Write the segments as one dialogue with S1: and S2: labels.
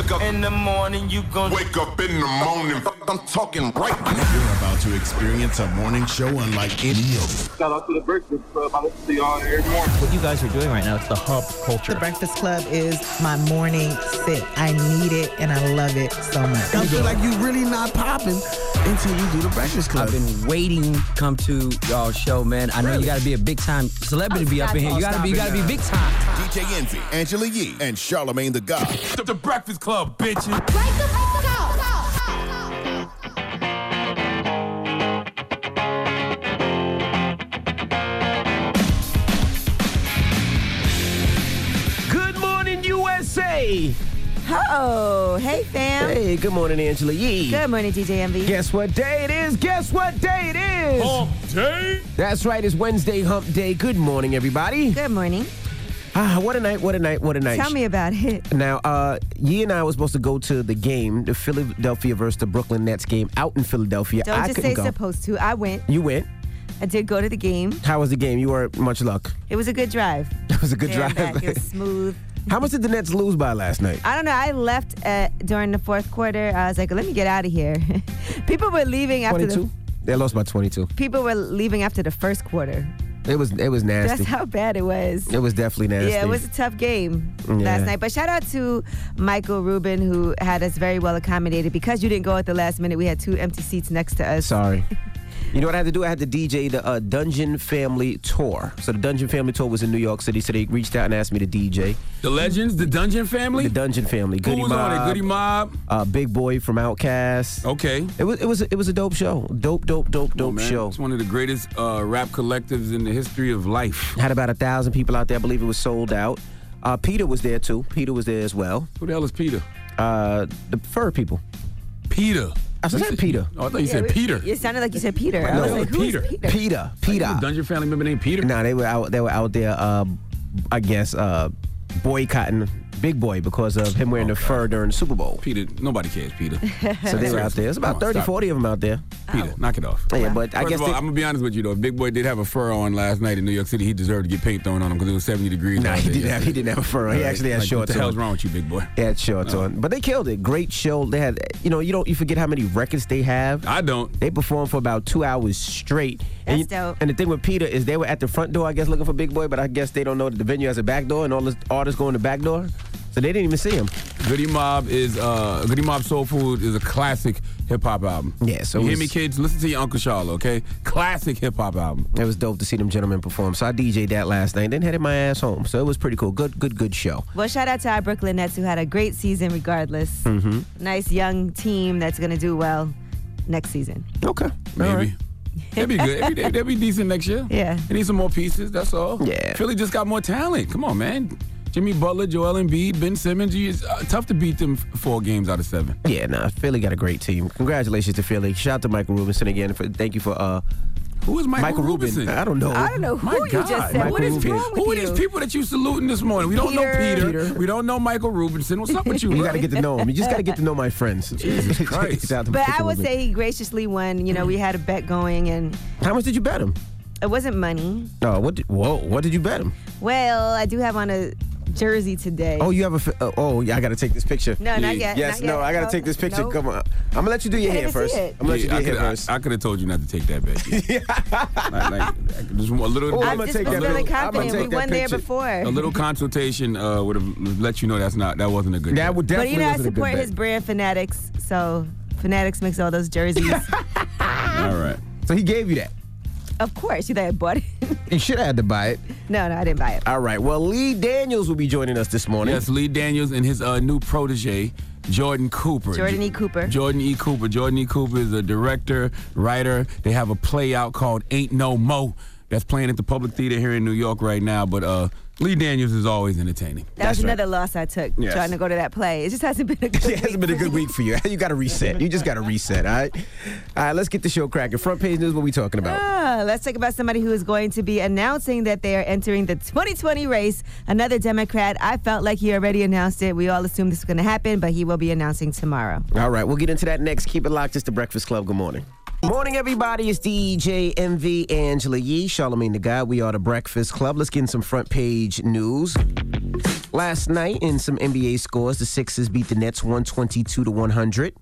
S1: wake up in the morning, you gon' wake up in the morning. Fuck, I'm talking right now.
S2: You're about to experience a morning show unlike any other.
S3: Shout out to the Breakfast Club. I listen to y'all every morning.
S4: What you guys are doing right now, it's the hub culture.
S5: The Breakfast Club is my morning sip. I need it and I love it so much.
S6: I feel like you really not popping until you do the Breakfast Club.
S7: I've been waiting come to y'all show, man. I know you gotta be a big time celebrity to be up in here. You gotta be you gotta be big time.
S2: DJ Envy, Angela Yee, and Charlemagne the God.
S1: The, the Breakfast Club, bitches.
S8: Wake the fuck up.
S9: Good morning, USA.
S10: Oh, hey fam.
S9: Hey, good morning, Angela Yee.
S10: Good morning, DJ MV.
S9: Guess what day it is? Guess what day it is?
S10: Oh,
S1: Hump day.
S9: That's right, it's Wednesday Hump Day. Good morning, everybody.
S10: Good morning.
S9: Ah, what a night, what a night, what a night.
S10: Tell me about it.
S9: Now, uh, Yee and I were supposed to go to the game, the Philadelphia versus the Brooklyn Nets game out in Philadelphia.
S10: Don't
S9: I
S10: just
S9: couldn't
S10: say
S9: go.
S10: supposed to. I went.
S9: You went.
S10: I did go to the game.
S9: How was the game? You were much luck.
S10: It was a good drive.
S9: It was a good
S10: There and
S9: drive.
S10: back. It was smooth.
S9: How much did the Nets lose by last night?
S10: I don't know. I left uh, during the fourth quarter. I was like, let me get out of here. people were leaving after the
S9: 22? They lost by 22.
S10: people were leaving after the first quarter.
S9: It was it was
S10: That's
S9: nasty.
S10: how bad it was.
S9: It was definitely nasty.
S10: Yeah, it was a tough game
S9: Yeah.
S10: last night. But shout out to Michael Rubin, who had us very well accommodated. Because you didn't go at the last minute, we had two empty seats next to us.
S9: Sorry. You know what I had to do? I had to DJ the uh, Dungeon Family Tour. So the Dungeon Family Tour was in New York City, so they reached out and asked me to DJ.
S1: The Legends, the Dungeon Family.
S9: The Dungeon Family,
S1: Who
S9: Goody
S1: was on it?
S9: Mob,
S1: Goody Mob.
S9: uh, Big Boy from Outkast.
S1: Okay. Oh,
S9: It was it was it was a dope show. Dope, dope, dope, dope
S1: Man,
S9: show.
S1: It's one of the greatest uh, rap collectives in the history of life.
S9: Had about a thousand people out there. I believe it was sold out. Uh, Peter was there too. Peter was there as well.
S1: Who the hell is Peter?
S9: Uh, the fur people.
S1: Peter.
S9: I said Peter.
S1: Oh, I thought you
S10: Yeah,
S1: said
S10: we-
S1: Peter.
S10: It sounded like you said Peter. I
S1: No,
S10: was like, who is
S1: Peter.
S10: Peter?
S9: Peter. Peter.
S1: Dungeon Family member named Peter.
S9: Nah, they were out. They were out there. Uh, I guess uh, boycotting Big Boy because of him wearing the fur during the Super Bowl.
S1: Peter. Nobody cares, Peter.
S9: So they were out there. It's about
S1: Come
S9: 30,
S1: on, stop.
S9: 40 of them out there.
S1: Peter, knock it off.
S9: Yeah, but I
S1: First
S9: guess
S1: of all,
S9: they,
S1: I'm gonna be honest with you though. If Big Boy did have a fur on last night in New York City, he deserved to get paint thrown on him because it was 70 degrees.
S9: nah,
S1: out
S9: he
S1: there
S9: didn't have. He
S1: yesterday.
S9: didn't have a fur on. He
S1: Right.
S9: actually had
S1: Like,
S9: shorts.
S1: What the
S9: on.
S1: hell's wrong with you, Big Boy?
S9: They had shorts on, but they killed it. Great show. They had, you know, you don't you forget how many records they have.
S1: I don't.
S9: They performed for about two hours straight. and,
S10: That's
S9: you-
S10: dope.
S9: and the thing with Peter is they were at the front door, I guess, looking for Big Boy, but I guess they don't know that the venue has a back door and all the artists go in the back door. So they didn't even see him.
S1: Goody Mob is uh, Goody Mob Soul Food is a classic hip hop album.
S9: Yeah, so
S1: you
S9: it
S1: hear me,
S9: was-
S1: kids? Listen to your Uncle Charlo, okay? Classic hip hop album.
S9: It was dope to see them gentlemen perform. So I DJ'd that last night, then headed my ass home. So it was pretty cool. Good, good, good show.
S10: Well, shout out to our Brooklyn Nets who had a great season regardless.
S1: Hmm.
S10: Mm-hmm. Nice young team that's going to do well next season.
S9: Okay.
S1: Maybe. That'd be good. That'd be, that'd be decent next year.
S10: Yeah.
S1: They need some more pieces. That's all.
S9: Yeah.
S1: Philly just got more talent. Come on, man. Jimmy Butler, Joel Embiid, Ben Simmons. You, it's uh, tough to beat them f- four games out of seven.
S9: Yeah, nah, Philly got a great team. Congratulations to Philly. Shout out to Michael Robinson again. For, thank you for uh,
S1: Who is Michael,
S9: Michael Rubin.
S1: Robinson?
S9: I don't know.
S10: I don't know who
S1: My
S10: you
S1: God,
S10: just said. what
S9: Michael
S10: is
S9: Rubin.
S10: wrong with
S1: Who are
S10: you?
S1: these people that you saluting this morning? We don't know
S10: Peter.
S1: Peter.
S10: Peter.
S1: We don't know Michael Robinson. What's up with you?
S9: You
S1: bro?
S9: got to get to know him. You just got to get to know my friends.
S1: Jesus Christ.
S9: Shout out to
S10: But I
S9: Michael
S10: would
S9: Rubin.
S10: say he graciously won. You know, we had a bet going and
S9: how much did you bet him?
S10: it wasn't money.
S9: Oh, what? Did, whoa, what did you bet him?
S10: Well, I do have on a jersey today.
S9: Oh, you have a. fi- Uh, oh, yeah, I got to take this picture.
S10: No, not
S1: Yeah.
S10: yet.
S9: Yes,
S10: not yet.
S9: no, I gotta
S10: Oh,
S9: take this picture.
S10: nope.
S9: Come on, I'm gonna let you do your
S10: I
S9: hair
S10: didn't see
S9: first.
S10: it.
S9: I'm gonna let you do
S1: I
S9: your hair
S1: coulda-
S9: first.
S1: I, could have told you not to take that bet. yeah. like, like, just a little,
S9: Oh,
S10: I
S9: I'm gonna
S10: just
S9: take
S10: was
S9: that
S10: feeling
S9: little- I'm gonna
S10: confident.
S9: take
S10: We
S9: that
S10: won there
S9: picture.
S10: before.
S1: a little consultation uh, would have let you know that's not that wasn't a good.
S9: that
S1: bet.
S9: would
S10: But
S9: definitely
S10: you know, I
S9: wasn't a good
S10: support
S9: bet.
S10: his brand, Fanatics. So Fanatics makes all those jerseys.
S1: all right.
S9: So he gave you that.
S10: of course, you that I bought it.
S9: You should have had to buy it.
S10: no, no, I didn't buy it.
S9: All right. Well, Lee Daniels will be joining us this morning.
S1: Yes, Lee Daniels and his uh, new protege, Jordan Cooper.
S10: Jordan E. Cooper.
S1: Jordan E. Cooper. Jordan E. Cooper is a director, writer. They have a play out called Ain't No Mo that's playing at the Public Theater here in New York right now. But uh, Lee Daniels is always entertaining.
S10: That was another loss I took
S1: Yes.
S10: trying to go to that play. It just hasn't been a good.
S9: It hasn't been a good week for you. You got to reset. You just got to reset. All right. All right. Let's get the show cracking. Front page news. What we talking about?
S10: Ah, let's talk about somebody who is going to be announcing that they are entering the 2020 race. Another Democrat. I felt like he already announced it. We all assumed this was going to happen, but he will be announcing tomorrow.
S9: All right. We'll get into that next. Keep it locked. It's the Breakfast Club. Good morning. Morning, everybody. It's DJ MV Angela Yee, Charlemagne the Guy. We are the Breakfast Club. Let's get in some front page news. Last night in some NBA scores, the Sixers beat the Nets 122 to 100.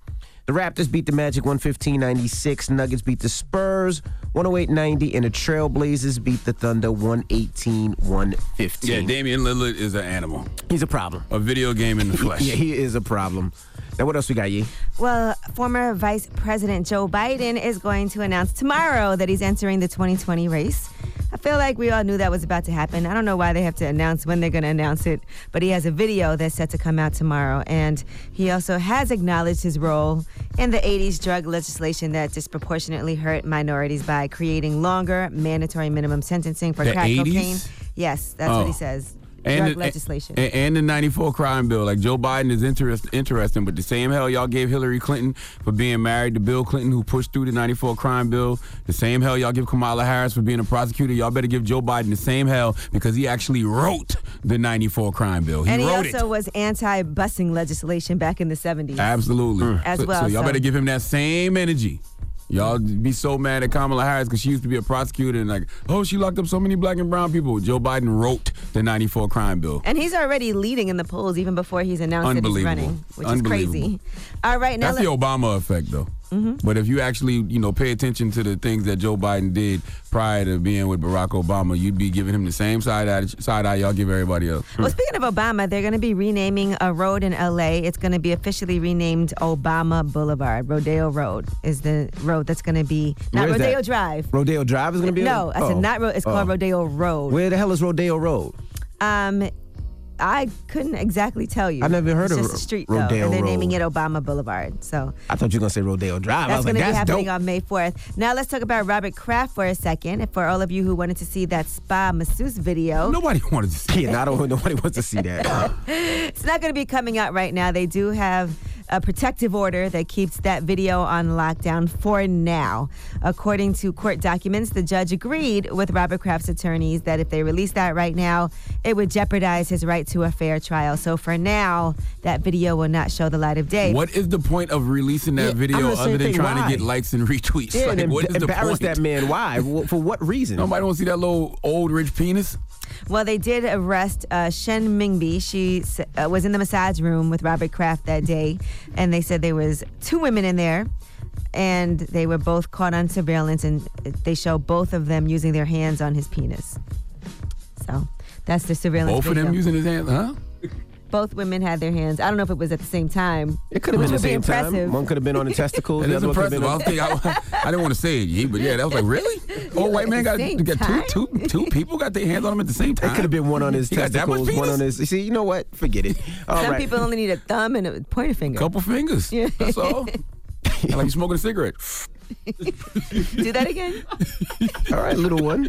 S9: The Raptors beat the Magic 115 96. Nuggets beat the Spurs 108 90. And the Trailblazers beat the Thunder 118 115.
S1: Yeah, Damian Lillard is an animal.
S9: He's a problem.
S1: A video game in the flesh.
S9: Yeah, he is a problem. Now, what else we got, Yee?
S10: Well, former Vice President Joe Biden is going to announce tomorrow that he's entering the 2020 race. I feel like we all knew that was about to happen. I don't know why they have to announce when they're going to announce it, but he has a video that's set to come out tomorrow. And he also has acknowledged his role in the 80s drug legislation that disproportionately hurt minorities by creating longer mandatory minimum sentencing for
S1: The
S10: crack
S1: 80s?
S10: cocaine. Yes, that's
S1: Oh.
S10: what he says.
S1: And
S10: drug
S1: the,
S10: legislation.
S1: And, and the 94 crime bill. Like, Joe Biden is interest, interesting, but the same hell y'all gave Hillary Clinton for being married to Bill Clinton, who pushed through the 94 crime bill, the same hell y'all give Kamala Harris for being a prosecutor, y'all better give Joe Biden the same hell because he actually wrote the 94 crime bill. He
S10: and he
S1: wrote
S10: also
S1: it.
S10: was anti-busing legislation back in the 70s.
S1: Absolutely.
S10: Mm. As
S1: so,
S10: well,
S1: so y'all
S10: so-
S1: better give him that same energy. Y'all be so mad at Kamala Harris because she used to be a prosecutor and like, oh, she locked up so many black and brown people. Joe Biden wrote the 94 crime bill.
S10: And he's already leading in the polls even before he's announced that he's
S1: Unbelievable.
S10: running, which is
S1: Unbelievable.
S10: crazy. All right, now
S1: That's the
S10: let-
S1: Obama effect, though.
S9: Mm-hmm.
S1: But if you actually, you know, pay attention to the things that Joe Biden did prior to being with Barack Obama, you'd be giving him the same side eye, side eye y'all give everybody else.
S10: well, speaking of Obama, they're going to be renaming a road in LA. It's going to be officially renamed Obama Boulevard. Rodeo Road is the road that's going to be not
S9: Where is
S10: Rodeo
S9: that?
S10: Drive.
S9: Rodeo Drive is going to be
S10: no, I said
S9: Oh.
S10: not road. It's called
S9: Oh.
S10: Rodeo Road.
S9: Where the hell is Rodeo Road?
S10: Um, I couldn't exactly tell you.
S9: I've never heard
S10: it's
S9: of
S10: just
S9: Ro-
S10: a street though,
S9: Rodeo
S10: and they're naming
S9: Road.
S10: it Obama Boulevard. So
S9: I thought you were going to say Rodeo Drive. I
S10: That's
S9: was like,
S10: going to be
S9: that's
S10: happening
S9: dope.
S10: on May 4th. Now let's talk about Robert Kraft for a second. For all of you who wanted to see that spa masseuse video,
S1: Nobody wanted to see
S9: yeah, I don't. Nobody wants to see that.
S10: it's not going to be coming out right now. They do have a protective order that keeps that video on lockdown for now. According to court documents, the judge agreed with Robert Kraft's attorneys that if they release that right now, it would jeopardize his right to a fair trial. So for now, that video will not show the light of day.
S1: What is the point of releasing that
S9: Yeah, I'm
S1: video
S9: the same
S1: other than
S9: thing.
S1: trying
S9: Why?
S1: to get likes and retweets?
S9: yeah,
S1: like,
S9: and
S1: what is the
S9: embarrass
S1: point?
S9: that man. Why? Wh- For what reason?
S1: Nobody wants to see that little old rich penis.
S10: Well, they did arrest uh, Shen Mingbi. She s- uh, was in the massage room with Robert Kraft that day, and they said there was two women in there, and they were both caught on surveillance, and they show both of them using their hands on his penis. So that's the surveillance.
S1: Both of them
S10: video.
S1: using his hands, huh?
S10: both women had their hands. I don't know if it was at the same time.
S9: It could have been the
S10: would be
S9: same
S10: impressive.
S9: time. One could have been on the testicles.
S1: That
S9: the
S1: is
S9: other one could have
S1: impressive.
S9: been
S1: I,
S9: on
S1: was thinking, I, I didn't want to say it, Yee, but yeah, that was like, really? Old white man
S10: At
S1: got,
S10: the same
S1: got two, two,
S10: time?
S1: two people got their hands on him at the same time.
S9: It could have been one on his
S1: He got that much
S9: testicles, one
S1: penis?
S9: on his. See, you know what? Forget it. All right.
S10: Some people only need a thumb and a pointer finger.
S1: couple fingers.
S10: Yeah.
S1: That's all. like you smoking a cigarette.
S10: Do that again.
S9: All right, little one.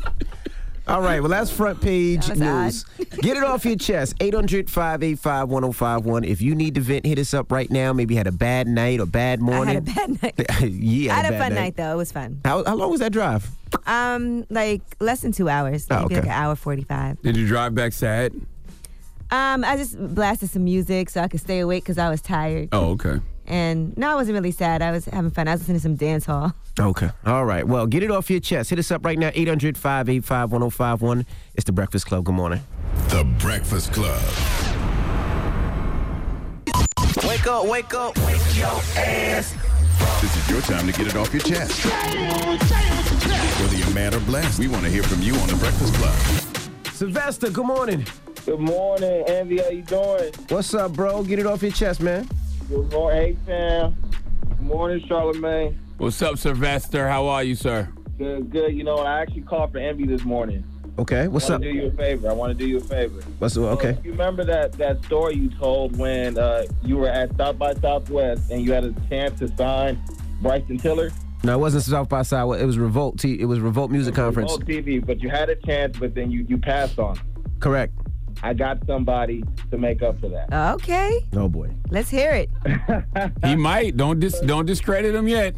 S9: All right, well, that's front page
S10: That
S9: news.
S10: was
S9: Get it off your chest. 800 585 1051. If you need to vent, hit us up right now. Maybe you had a bad night or bad
S10: I
S9: morning.
S10: had a bad night.
S9: yeah,
S10: I had a fun night though. It was fun.
S9: How, how long was that drive?
S10: Um, like less than two hours.
S9: Oh,
S10: Maybe like
S9: okay.
S10: an hour forty-five.
S1: Did you drive back sad?
S10: Um, I just blasted some music so I could stay awake because I was tired.
S1: Oh, okay.
S10: And no, I wasn't really sad. I was having fun. I was listening to some dance hall.
S9: Okay. All right, well, get it off your chest. Hit us up right now. 800 585 1051. It's the Breakfast Club. Good morning.
S2: The Breakfast Club.
S9: Wake up, wake up.
S2: This is your time to get it off your chest. Whether you're mad or blessed, we want to hear from you on The Breakfast Club.
S9: Sylvester, good morning.
S3: Good morning, Envy. How you doing?
S9: What's up, bro? Get it off your chest, man.
S3: Good morning, hey fam. Good morning, Charlemagne.
S1: What's up, Sylvester? How are you, sir?
S3: Good, good. You know, I actually called for Envy this morning.
S9: Okay,
S3: I
S9: what's
S3: want
S9: up?
S3: to do you a favor. I want to do you a favor.
S9: What's up? Okay.
S3: So, you remember that that story you told when uh, you were at South by Southwest and you had a chance to sign Bryson Tiller?
S9: No, it wasn't South by South. It was Revolt. T- it was Revolt Music Conference.
S3: Old TV, but you had a chance, but then you you passed on. it.
S9: Correct.
S3: I got somebody to make up for that.
S10: Okay,
S9: Oh boy.
S10: let's hear it.
S1: He might. Don't dis- don't discredit him yet.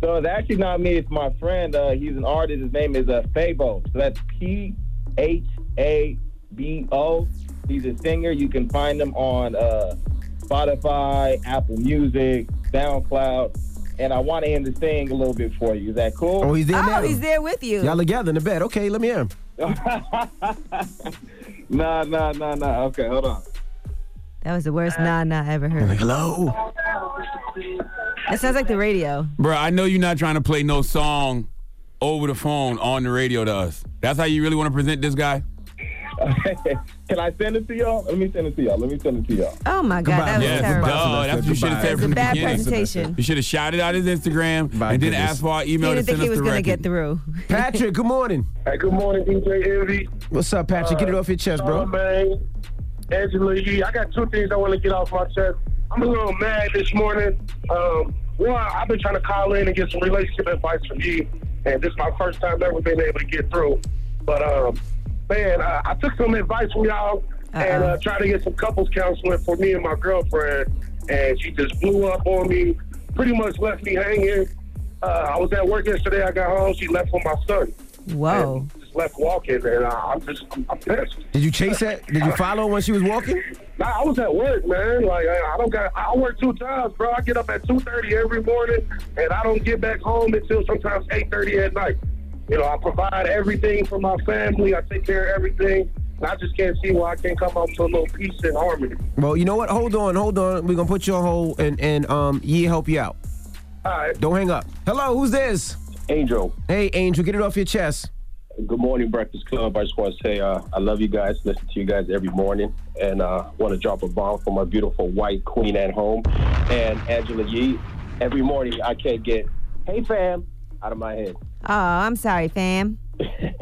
S3: So it's actually not me. It's my friend. Uh, he's an artist. His name is uh, Fabo. So that's P H A B O. He's a singer. You can find him on uh, Spotify, Apple Music, SoundCloud. And I want him to sing a little bit for you. Is that cool?
S9: Oh, he's there
S10: Oh,
S9: now.
S10: he's there with you.
S9: Y'all together in the bed. Okay, let me hear him.
S3: Nah, nah, nah, nah. Okay, hold on.
S10: That was the worst nah nah I ever heard.
S1: hello.
S10: That sounds like the radio.
S1: Bro, I know you're not trying to play no song over the phone on the radio to us. That's how you really want to present this guy?
S3: Can I send it to y'all? Let me send it to y'all. Let me send it to y'all.
S10: Oh my God, that was
S1: yes,
S10: terrible.
S1: duh, that's what you should have said
S10: It's
S1: from
S10: a
S1: the
S10: bad
S1: beginning.
S10: presentation.
S1: You should have shouted out his Instagram and then
S9: goodness.
S1: asked for our
S10: He
S1: email to
S10: didn't
S1: send
S10: think he
S1: us
S10: was going to
S1: directly.
S10: get through.
S9: Patrick, good morning.
S11: Hey, good morning, DJ Envy.
S9: What's up, Patrick? Get it off your chest, bro.
S11: Oh, man. Angela Yee, I got two things I want to get off my chest. I'm a little mad this morning. Um, one, I've been trying to call in and get some relationship advice from you, and this is my first time ever being able to get through. But, um, man, I, I took some advice from y'all and uh, tried to get some couples counseling for me and my girlfriend, and she just blew up on me, pretty much left me hanging. Uh, I was at work yesterday. I got home. She left with my son.
S10: Whoa.
S11: Just left walking, and I, I'm just, I'm, I'm pissed.
S9: Did you chase that? Did you follow her when she was walking?
S11: Nah, I was at work, man. Like I I don't got. I work two jobs, bro. I get up at two thirty every morning, and I don't get back home until sometimes eight thirty at night. You know, I provide everything for my family. I take care of everything. And I just can't see why I can't come home to a little peace and harmony.
S9: Well, you know what? Hold on, hold on. We're gonna put you on hold and and um ye help you out.
S11: All right.
S9: Don't hang up. Hello, who's this?
S12: Angel.
S9: Hey, Angel, get it off your chest.
S12: Good morning, Breakfast Club. I just want to say uh, I love you guys. Listen to you guys every morning, and uh, want to drop a bomb for my beautiful white queen at home and Angela Yee. Every morning, I can't get "Hey fam" out of my head.
S10: Oh, I'm sorry, fam.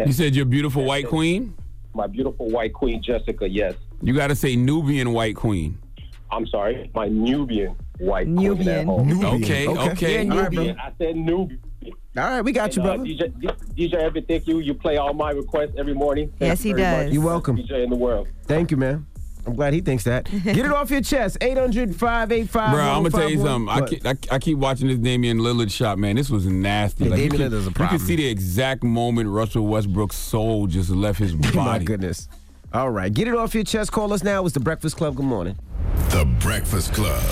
S1: You said your beautiful white queen?
S12: My beautiful white queen, Jessica. Yes,
S1: You got to say Nubian white queen.
S12: I'm sorry, my Nubian white queen Oh. at home.
S1: Okay, okay.
S12: All right, bro. I said Nubian.
S9: All right, we got
S12: you, brother. DJ, D- DJ Evan, thank you. You play all my requests every morning.
S9: Yes,
S12: Thank
S9: he
S12: you very
S9: does.
S12: much.
S9: You're welcome.
S12: Best DJ in the world.
S9: Thank you, man. I'm glad he thinks that. Get it off your chest. 800 585
S1: Bro, I'm gonna tell you something. I keep, I, I keep watching this Damian Lillard shot, man. This was nasty.
S9: Yeah,
S1: you
S9: Damian
S1: can-
S9: Lillard's a
S1: You
S9: problem.
S1: can see the exact moment Russell Westbrook's soul just left his body.
S9: My goodness. All right, get it off your chest. Call us now. It's the Breakfast Club. Good morning.
S2: The Breakfast Club.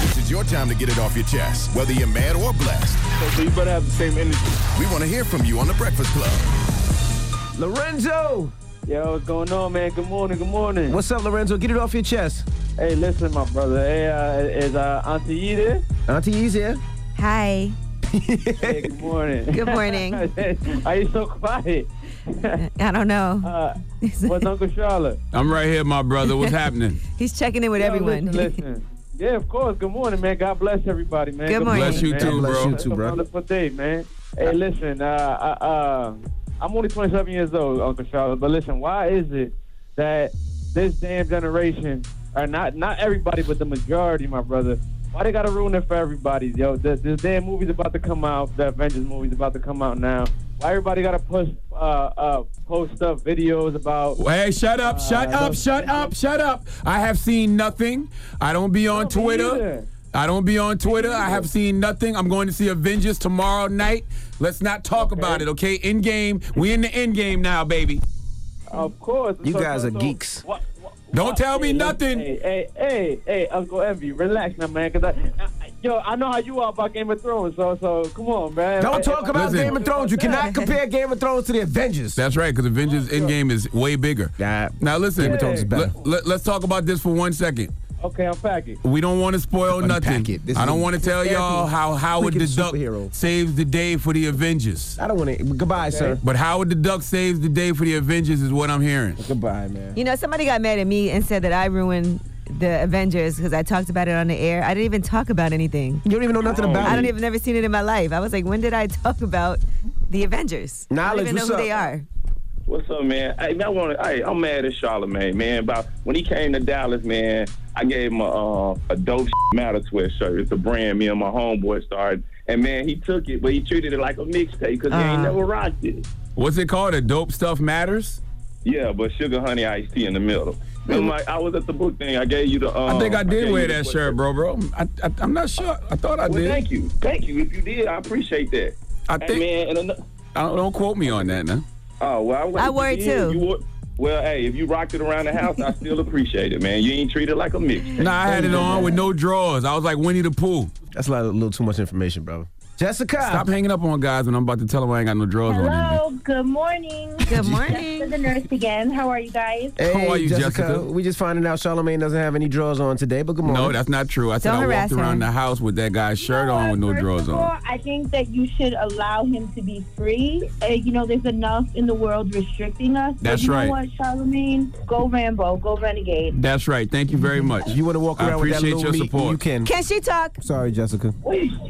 S2: This is your time to get it off your chest, whether you're mad or blessed. So you better have the same energy. We want to hear from you on The Breakfast Club.
S9: Lorenzo.
S13: Yo, what's going on, man? Good morning. Good morning.
S9: What's up, Lorenzo? Get it off your chest.
S13: Hey, listen, my brother. Hey, uh, is uh, Auntie Yee there?
S9: Auntie E's here.
S10: Hi.
S13: hey, good morning.
S10: Good morning.
S13: Are you so quiet?
S10: I don't know.
S13: Uh, what's Uncle Charlotte?
S1: I'm right here, my brother. What's happening?
S10: He's checking in with everyone.
S13: Listen, listen. Yeah, of course. Good morning, man. God bless everybody, man.
S10: Good morning.
S1: Bless you
S13: man.
S1: too, God bless bro. you
S13: That's
S1: too,
S13: a
S1: brother.
S13: wonderful day, man. Hey, listen. Uh, uh, uh, I'm only 27 years old, Uncle Charlotte. But listen, why is it that this damn generation, or not not everybody, but the majority, my brother, why they gotta ruin it for everybody, yo? The, the damn movie's about to come out. The Avengers movie's about to come out now. Why everybody gotta push, uh, uh, post up videos about?
S1: Hey, shut up, shut up, shut up, shut up. I have seen nothing. I don't be on Twitter. I don't be on Twitter. I have seen nothing. I'm going to see Avengers tomorrow night. Let's not talk about it, okay? End game. We in the end game now, baby.
S13: Of course.
S1: You
S13: So-
S1: guys
S13: so-
S1: are
S13: so
S1: geeks.
S13: What, what,
S1: Don't
S13: what-
S1: tell me
S13: hey,
S1: nothing.
S13: Hey, hey, hey, hey, Uncle Envy, relax now, man. Cause I, I, I- yo, I know how you are about Game of Thrones, so so come on, man.
S9: Don't
S13: If-
S9: talk
S13: if I-
S9: about Game of Thrones. You cannot compare Game of Thrones to the Avengers.
S1: That's right, because Avengers Endgame is way bigger. Now listen,
S13: Game of Thrones is better.
S1: let- let- let's talk about this for one second.
S13: Okay, I'm packing.
S1: We don't want to spoil nothing.
S9: This
S1: I
S9: is
S1: don't want to tell
S9: therapy.
S1: y'all how Howard
S9: Freaking
S1: the Duck
S9: superhero.
S1: saves the day for the Avengers.
S9: I don't want to. Goodbye, sir.
S1: But Howard the Duck saves the day for the Avengers is what I'm hearing.
S9: Goodbye, man.
S10: You know, somebody got mad at me and said that I ruined the Avengers because I talked about it on the air. I didn't even talk about anything.
S9: You don't even know nothing about
S10: I don't
S9: it.
S10: even never seen it in my life. I was like, when did I talk about the Avengers? I
S9: Knowledge,
S10: don't even know
S9: what's
S10: who
S9: up?
S10: they are.
S14: What's up, man? Hey, I want. Hey, I'm mad at Charlemagne, man. About when he came to Dallas, man, I gave him a, uh, a dope matter sweatshirt. It's a brand me and my homeboy started, and man, he took it, but he treated it like a mixtape because he ain't never rocked it.
S1: Ah. What's it called? The dope stuff matters.
S14: Yeah, but sugar honey iced tea in the middle. I'm like, I was at the book thing. I gave you the. Um,
S1: I think I did
S14: gave
S1: wear
S14: you the
S1: that
S14: sweatshirt.
S1: shirt, bro, bro. I, I, I'm not sure. I thought I
S14: Well,
S1: did.
S14: thank you, thank you. If you did, I appreciate that.
S1: I
S14: Hey,
S1: think.
S14: man, and ano-
S1: I don't, don't quote me on that now.
S14: Oh well,
S10: I
S14: if
S10: worry
S14: you did,
S10: too.
S14: You wore, well, hey, if you rocked it around the house, I still appreciate it, man. You ain't treated like a mix.
S1: Nah, I had it on with no drawers. I was like Winnie the Pooh.
S9: That's a, lot, a little too much information, brother. Jessica.
S1: Stop hanging up on guys when I'm about to tell them I ain't got no drawers on.
S15: Hello. Good morning.
S10: Good
S15: morning. the nurse again. How are you guys?
S9: Hey, We just finding out Charlamagne doesn't have any drawers on today, but good morning.
S1: No, that's not true. I said
S9: Don't
S1: I
S9: harass
S1: walked around
S9: her.
S1: the house with that guy's shirt on with no drawers on.
S15: Well, I think that you should allow him to be free. Uh, you know, there's enough in the world restricting us. But
S1: That's
S15: you
S1: right.
S15: Know what, Charlemagne? Go Rambo. Go Renegade.
S1: That's right. Thank you very much. You
S9: want to walk
S1: I
S9: around with that
S1: appreciate
S9: little
S1: your
S9: meat,
S1: support.
S9: you can.
S10: Can she talk?
S9: Sorry, Jessica.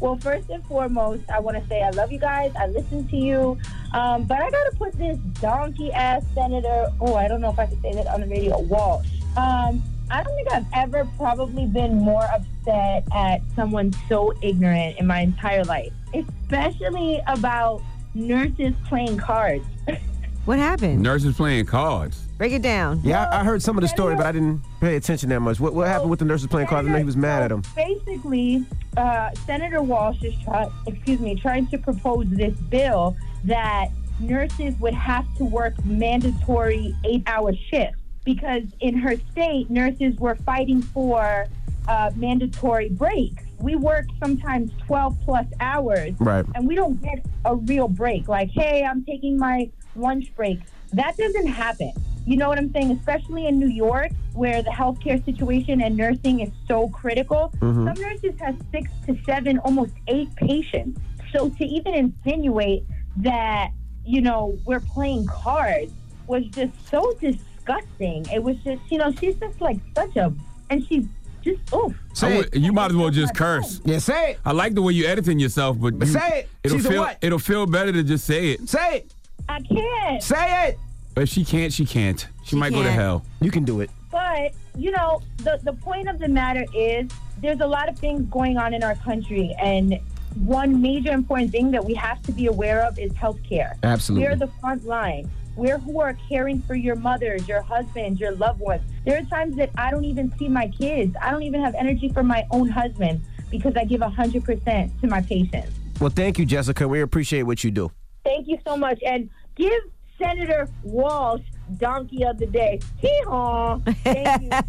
S15: well, first and foremost, I want to say I love you guys. I listen to you. Um, but I got to put this donkey ass senator, oh, I don't know if I can say that on the radio, Walsh. Um, I don't think I've ever probably been more upset at someone so ignorant in my entire life, especially about nurses playing cards.
S10: What happened?
S1: Nurses playing cards.
S10: Break it down.
S9: Yeah, I, I heard some of the story, but I didn't pay attention that much. What, what happened with the nurses playing cards? I know he was mad at him.
S15: basically, uh, Senator Walsh is try- excuse me, trying to propose this bill that nurses would have to work mandatory eight-hour shifts because in her state, nurses were fighting for uh, mandatory breaks. We work sometimes 12 plus hours,
S9: Right.
S15: and we don't get a real break. Like, hey, I'm taking my lunch break. That doesn't happen. You know what I'm saying? Especially in New York, where the healthcare situation and nursing is so critical.
S8: Mhm.
S15: Some nurses have six to seven, almost eight patients. So to even insinuate that, you know, we're playing cards was just so disgusting. It was just, you know, she's just like such a, and she's just, oof.
S1: I would- you might as well just curse.
S9: Yeah, say it.
S1: I like the way you're editing yourself, but, you-
S15: say it.
S1: It'll
S15: She's a
S1: feel
S15: what?
S1: it'll feel better to just say it.
S9: Say it.
S15: I can't.
S9: Say it.
S1: But if she can't, she can't. She, might go to
S15: can't.
S1: hell.
S9: You can do it.
S15: But you know, the the point of the matter is there's a lot of things going on in our country, and one major important thing that we have to be aware of is healthcare.
S9: Absolutely.
S15: we're the front line. We're who are caring for your mothers, your husbands, your loved ones. There are times that I don't even see my kids. I don't even have energy for my own husband because I give 100% to my patients.
S9: Well, thank you, Jessica. We appreciate what you do.
S15: Thank you so much. And give Senator Walsh donkey of the day. Hee haw. Thank you.
S10: That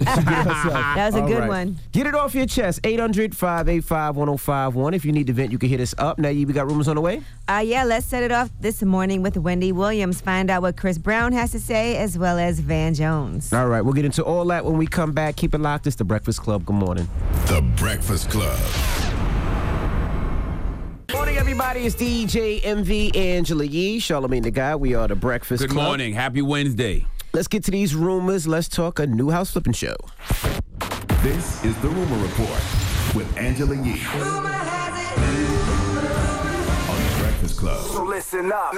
S10: was a
S9: All
S10: good
S9: right.
S10: one.
S9: Get it off your chest. 800 585 1051. If you need to vent, you can hit us up. Now, you got rumors on the way?
S10: Uh, yeah, let's set it off this morning with Wendy Williams. Find out what Chris Brown has to say, as well as Van Jones.
S9: All right, we'll get into all that when we come back. Keep it locked. It's The Breakfast Club. Good morning.
S2: The Breakfast Club.
S9: Morning, everybody. It's DJ MV Angela Yee, Charlamagne the Guy. We are The Breakfast
S1: Good
S9: Club.
S1: morning. Happy Wednesday.
S9: Let's get to these rumors. Let's talk a new house flipping show.
S2: This is the Rumor Report with Angela Yee. On the Breakfast Club.
S16: Listen up.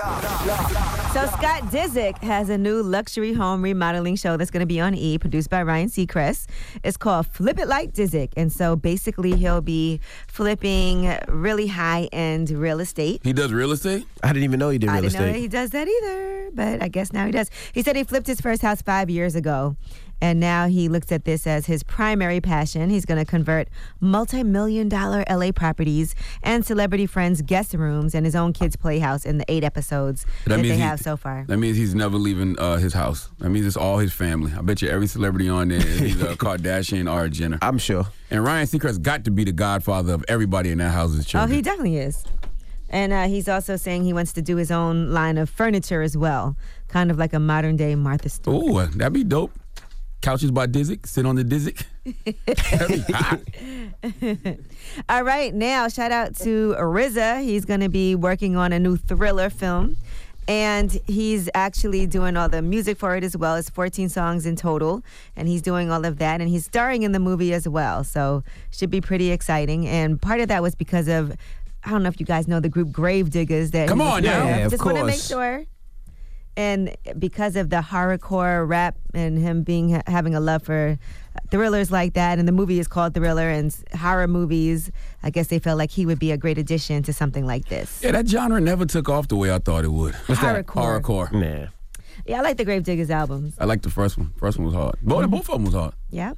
S10: So Scott Disick has a new luxury home remodeling show that's going to be on E, produced by Ryan Seacrest. It's called Flip It Like Disick, and so basically he'll be flipping really high-end real estate.
S1: He does real estate?
S9: I didn't even know he did
S10: I didn't know that he does that either, but I guess now he does. He said he flipped his first house five years ago, and now he looks at this as his primary passion. He's going to convert multi-million dollar LA properties and celebrity friends' guest rooms and his own kids' playhouse in the eight episodes that, they
S1: he-
S10: have so far.
S1: That means he's never leaving uh, his house. That means it's all his family. I bet you every celebrity on there is either a Kardashian or a Jenner.
S9: I'm sure.
S1: And Ryan Seacrest got to be the godfather of everybody in that house's
S10: Oh,
S1: children.
S10: he definitely is. And uh, he's also saying he wants to do his own line of furniture as well, kind of like a modern day Martha Stewart.
S1: Ooh, that'd be dope. Couches by Dizzy. Sit on the Dizzy.
S10: All right, now shout out to RZA. He's going to be working on a new thriller film. And he's actually doing all the music for it as well. It's 14 songs in total. And he's doing all of that. And he's starring in the movie as well. So, should be pretty exciting. And part of that was because of, I don't know if you guys know the group Grave Diggers that.
S1: Come
S10: he was
S1: on now.
S10: part
S1: Yeah, of
S10: Just want to make
S1: course.
S10: sure. And because of the horrorcore rap and him being having a love for thrillers like that, and the movie is called Thriller and s- horror movies, I guess they felt like he would be a great addition to something like this.
S1: Yeah, that genre never took off the way I thought it would. What's that?
S10: Horrorcore.
S1: Horrorcore.
S9: Nah.
S10: Yeah, I like the Gravediggers albums.
S1: I like the first one. First one was hard. Both, both of them was hard.
S10: Yeah.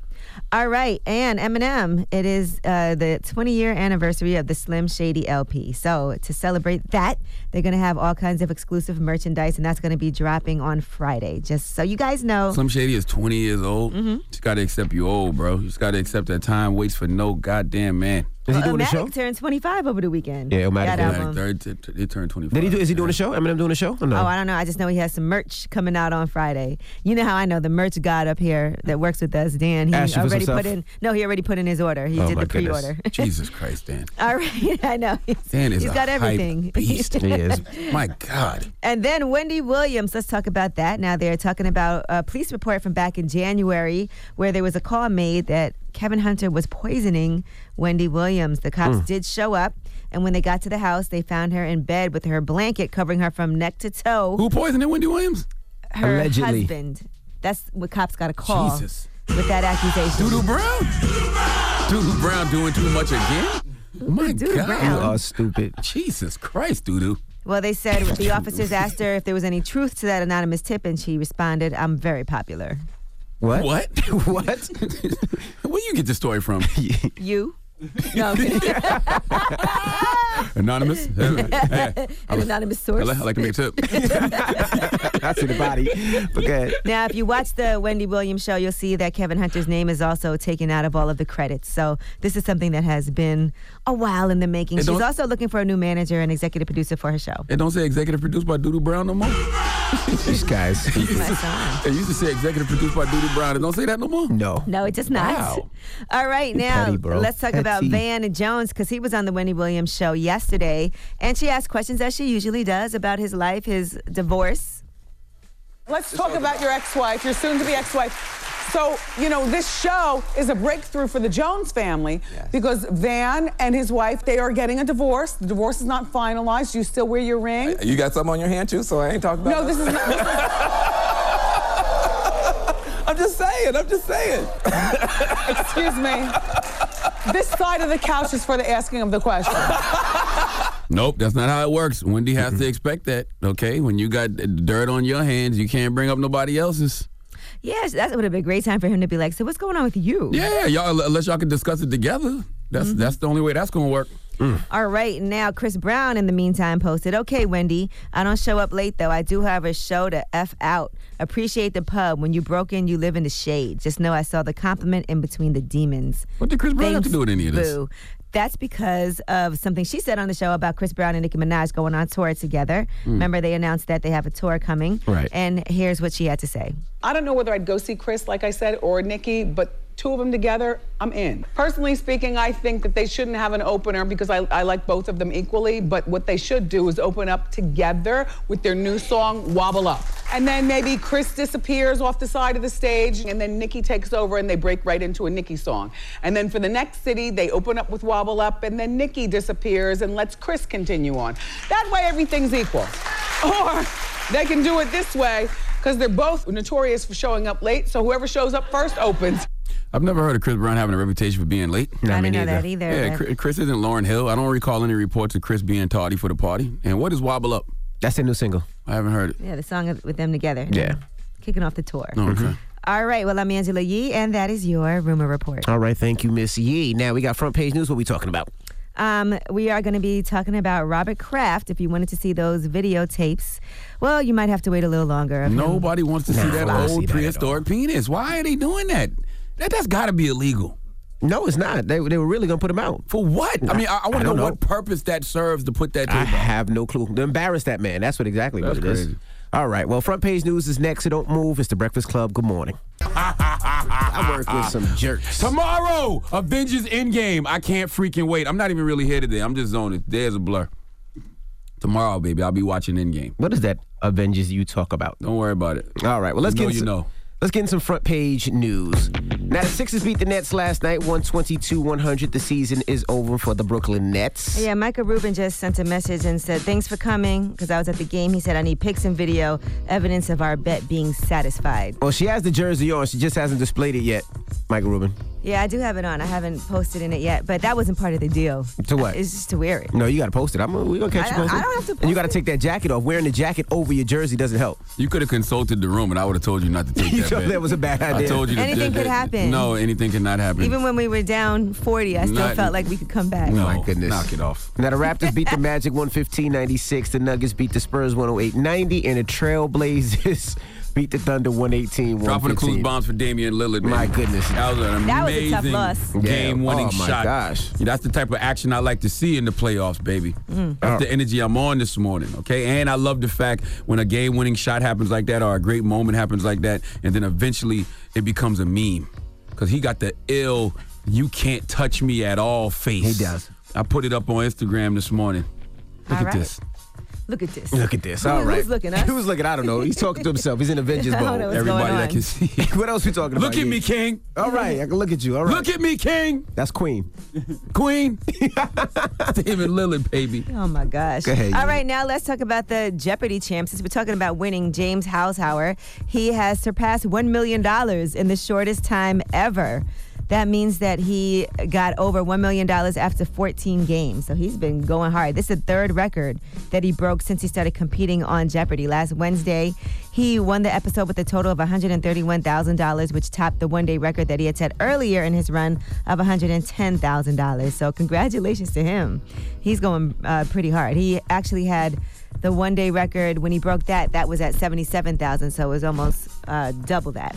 S10: All right, and Eminem, it is uh, the 20 year anniversary of the Slim Shady LP. So to celebrate that, they're gonna have all kinds of exclusive merchandise, and that's gonna be dropping on Friday. Just so you guys know.
S1: Slim Shady is 20 years old.
S10: Mhm.
S1: Just gotta accept you old, bro. You just gotta accept that time waits for no goddamn man.
S10: Well, Illmatic turned 25 over the weekend. That album.
S1: They turned 25.
S9: Did he do? Is he doing a show? Eminem doing a show? Or no.
S10: Oh, I don't know. I just know he has some merch coming out on Friday. You know how I know the merch god up here that works with us, Dan. He
S1: Asked you for some
S10: already
S1: stuff?
S10: put in. No, he already put in his order. He
S1: Oh,
S10: did
S1: my
S10: the
S1: goodness.
S10: pre-order.
S1: Jesus Christ, Dan.
S10: All right, I know. He's-
S1: Dan is
S10: he's
S1: a
S10: got
S1: hype
S10: everything.
S1: beast. he is. My God.
S10: And then Wendy Williams, let's talk about that. Now they're talking about a police report from back in January where there was a call made that Kevin Hunter was poisoning Wendy Williams. The cops
S1: Hmm.
S16: Mm.
S10: did show up, and when they got to the house, they found her in bed with her blanket covering her from neck to toe.
S1: Who poisoned Wendy Williams?
S10: Her
S1: Allegedly.
S10: husband. That's what cops got a call
S1: Jesus.
S10: with that accusation.
S1: Doodle Brown? Doodoo Brown doing too much again? My God.
S10: Brown?
S1: are stupid. Jesus Christ, Doodoo.
S10: Well, they said the officers asked her if there was any truth to that anonymous tip, and she responded, "I'm very popular."
S1: What? What? what? Where you get this story from?
S10: You? No. I'm kidding.
S1: Anonymous? Hey, hey,
S10: An anonymous
S1: I
S10: source.
S1: like, I like to make a tip. I see the body. But
S10: Now, if you watch the Wendy Williams show, you'll see that Kevin Hunter's name is also taken out of all of the credits. So this is something that has been a while in the making.
S1: It
S10: She's
S1: don't-
S10: also looking for a new manager and executive producer for her show.
S1: And don't say executive produced by Doodoo Brown no more. These guys. It used, to, it used to say executive produced by Doodoo Brown. And don't say that no more. No.
S10: No, it does not.
S1: Wow.
S10: All right,
S1: You
S10: now
S1: petty, bro.
S10: let's talk about
S1: Petty.
S10: Van Jones because he was on the Wendy Williams show yesterday, and she asked questions as she usually does about his life, his divorce.
S17: Let's talk about your ex-wife, your soon-to-be ex-wife. So, you know, this show is a breakthrough for the Jones family because Van and his wife, they are getting a divorce. The divorce is not finalized. You still wear your ring.
S18: You got something on your hand too, so I ain't talking about.
S17: No, this is not.
S18: I'm just saying. I'm just saying.
S17: Excuse me. This side of the couch is for the asking of the question.
S1: Nope, that's not how it works. Wendy has to expect that, okay? When you got dirt on your hands, you can't bring up nobody else's.
S10: Yes, that would have been a great time for him to be like, "So what's going on with you?"
S1: Yeah, y'all, unless y'all can discuss it together, that's that's the only way that's gonna work.
S10: All right, now Chris Brown in the meantime posted, Okay, Wendy, I don't show up late though. I do have a show to F out. Appreciate the pub. When you broke in, you live in the shade. Just know I saw the compliment in between the demons.
S1: What did Chris Brown have to
S10: Thanks,
S1: do with any of this?
S10: Boo. That's because of something she said on the show about Chris Brown and Nicki Minaj going on tour together.
S17: Mm.
S1: Hmm.
S10: Remember, they announced that they have a tour coming.
S17: Right.
S10: And here's what she had to say.
S17: I don't know whether I'd go see Chris, like I said, or Nikki, but two of them together, I'm in. Personally speaking, I think that they shouldn't have an opener because I, I like both of them equally, but what they should do is open up together with their new song, Wobble Up. And then maybe Chris disappears off the side of the stage, and then Nikki takes over and they break right into a Nikki song. And then for the next city, they open up with Wobble Up, and then Nikki disappears and lets Chris continue on. That way, everything's equal. Or they can do it this way because they're both notorious for showing up late. So whoever shows up first opens.
S1: I've never heard of Chris Brown having a reputation for being late.
S10: I me didn't know that neither. either,
S1: Yeah,
S10: but-
S1: Chris, Chris isn't Lauren Hill. I don't recall any reports of Chris being tardy for the party. And what is Wobble Up?
S9: That's their new single.
S1: I haven't heard it.
S10: Yeah, the song of- with them together. Kicking off the tour.
S1: Oh, okay.
S9: Mm-hmm.
S10: All right, well, I'm Angela Yee, and that is your rumor report.
S9: All right, thank you, Miss Yee. Now we got front page news. What we talking about?
S10: Um, we are going to be talking about Robert Kraft. If you wanted to see those videotapes, well, you might have to wait a little longer. of him.
S1: Nobody wants to see
S10: Nah,
S1: that
S10: I don't
S1: old
S10: see that at
S1: prehistoric penis. Why are they doing that? that that's got to be illegal.
S9: No, it's not. They, they were really gonna put him out
S1: for what? I mean, I, I want to know,
S9: don't
S1: what purpose that serves to put that.
S9: I have no clue. To embarrass that man. That's what exactly
S1: That's
S9: what it is.
S1: crazy.
S9: All right. Well, front page news is next. So don't move. It's the Breakfast Club. Good morning.
S1: I
S9: work with some jerks.
S1: Tomorrow, Avengers Endgame. I can't freaking wait. I'm not even really here today. I'm just zoning. There's a blur. Tomorrow, baby, I'll be watching Endgame.
S9: What is that Avengers you talk about?
S1: Don't worry about it.
S9: All right. Well, let's
S1: You know
S9: get
S1: you
S9: in
S1: know.
S9: Let's get in some front page news. Now, the Sixers beat the Nets last night, 122-100. The season is over for the Brooklyn Nets.
S10: Yeah, Michael Rubin just sent a message and said, Thanks for coming, because I was at the game. He said, I need pics and video, evidence of our bet being satisfied.
S9: Well, she has the jersey on. She just hasn't displayed it yet, Michael Rubin.
S10: Yeah, I do have it on. I haven't posted in it yet, but that wasn't part of the deal.
S9: To what?
S10: It's just to wear it.
S9: No, you gotta post it. I'm gonna, we gonna catch
S10: I
S9: you
S10: don't-
S9: posted.
S10: I don't have to
S9: and you gotta take that jacket off. Wearing the jacket over your jersey doesn't help.
S1: You could have consulted the room, and I would have told you not to take
S9: You
S1: that.
S9: thought
S1: bet.
S9: that was a bad
S1: I
S9: idea.
S1: told you to-
S10: Anything
S1: that-
S10: could
S1: that-
S10: happen.
S1: No, anything could not happen.
S10: Even when we were down 40, I still
S9: Not-
S10: felt like we could come back.
S9: My goodness.
S1: knock it off.
S9: Now the Raptors beat the Magic 115-96. The Nuggets beat the Spurs 108-90. And the Trailblazers beat the Thunder 118
S1: Dropping the clues bombs for Damian Lillard.
S9: My
S1: man.
S9: goodness.
S1: that was an
S10: That was a
S1: amazing
S10: tough loss.
S1: game-winning
S9: Yeah. Oh, my
S1: shot.
S9: gosh.
S1: Yeah, that's the type of action I like to see in the playoffs, baby.
S9: Mm.
S1: That's the energy I'm on this morning, okay? And I love the fact when a game-winning shot happens like that, or a great moment happens like that, and then eventually it becomes a meme. Cause he got the ill, you can't touch me at all face. He does. I put it up on Instagram this morning. Look
S10: All
S1: at
S10: right.
S1: this.
S10: Look at this.
S9: Look at this.
S10: Who-
S9: All right.
S10: Who's looking at
S9: He was looking. I don't know. He's talking to himself. He's in Avengers
S10: I don't
S9: mode.
S10: know what's Everybody going that on. can
S1: see.
S9: what else we talking about?
S1: Look at me, King.
S9: All right, I can look at you. All right.
S1: Look at me, King.
S9: That's Queen.
S1: Queen. David Lillard, baby.
S10: Oh my gosh.
S1: Go ahead,
S10: All
S1: you.
S10: right, now let's talk about the Jeopardy champs. Since we're talking about winning, James Haushauer, he has surpassed $1 million in the shortest time ever. That means that he got over $1 million after 14 games. So he's been going hard. This is the third record that he broke since he started competing on Jeopardy. Last Wednesday, he won the episode with a total of $131,000, which topped the one day record that he had set earlier in his run of $110,000. So, congratulations to him. He's going uh, pretty hard. He actually had the one day record when he broke that, that was at 77,000, so it was almost uh, double that.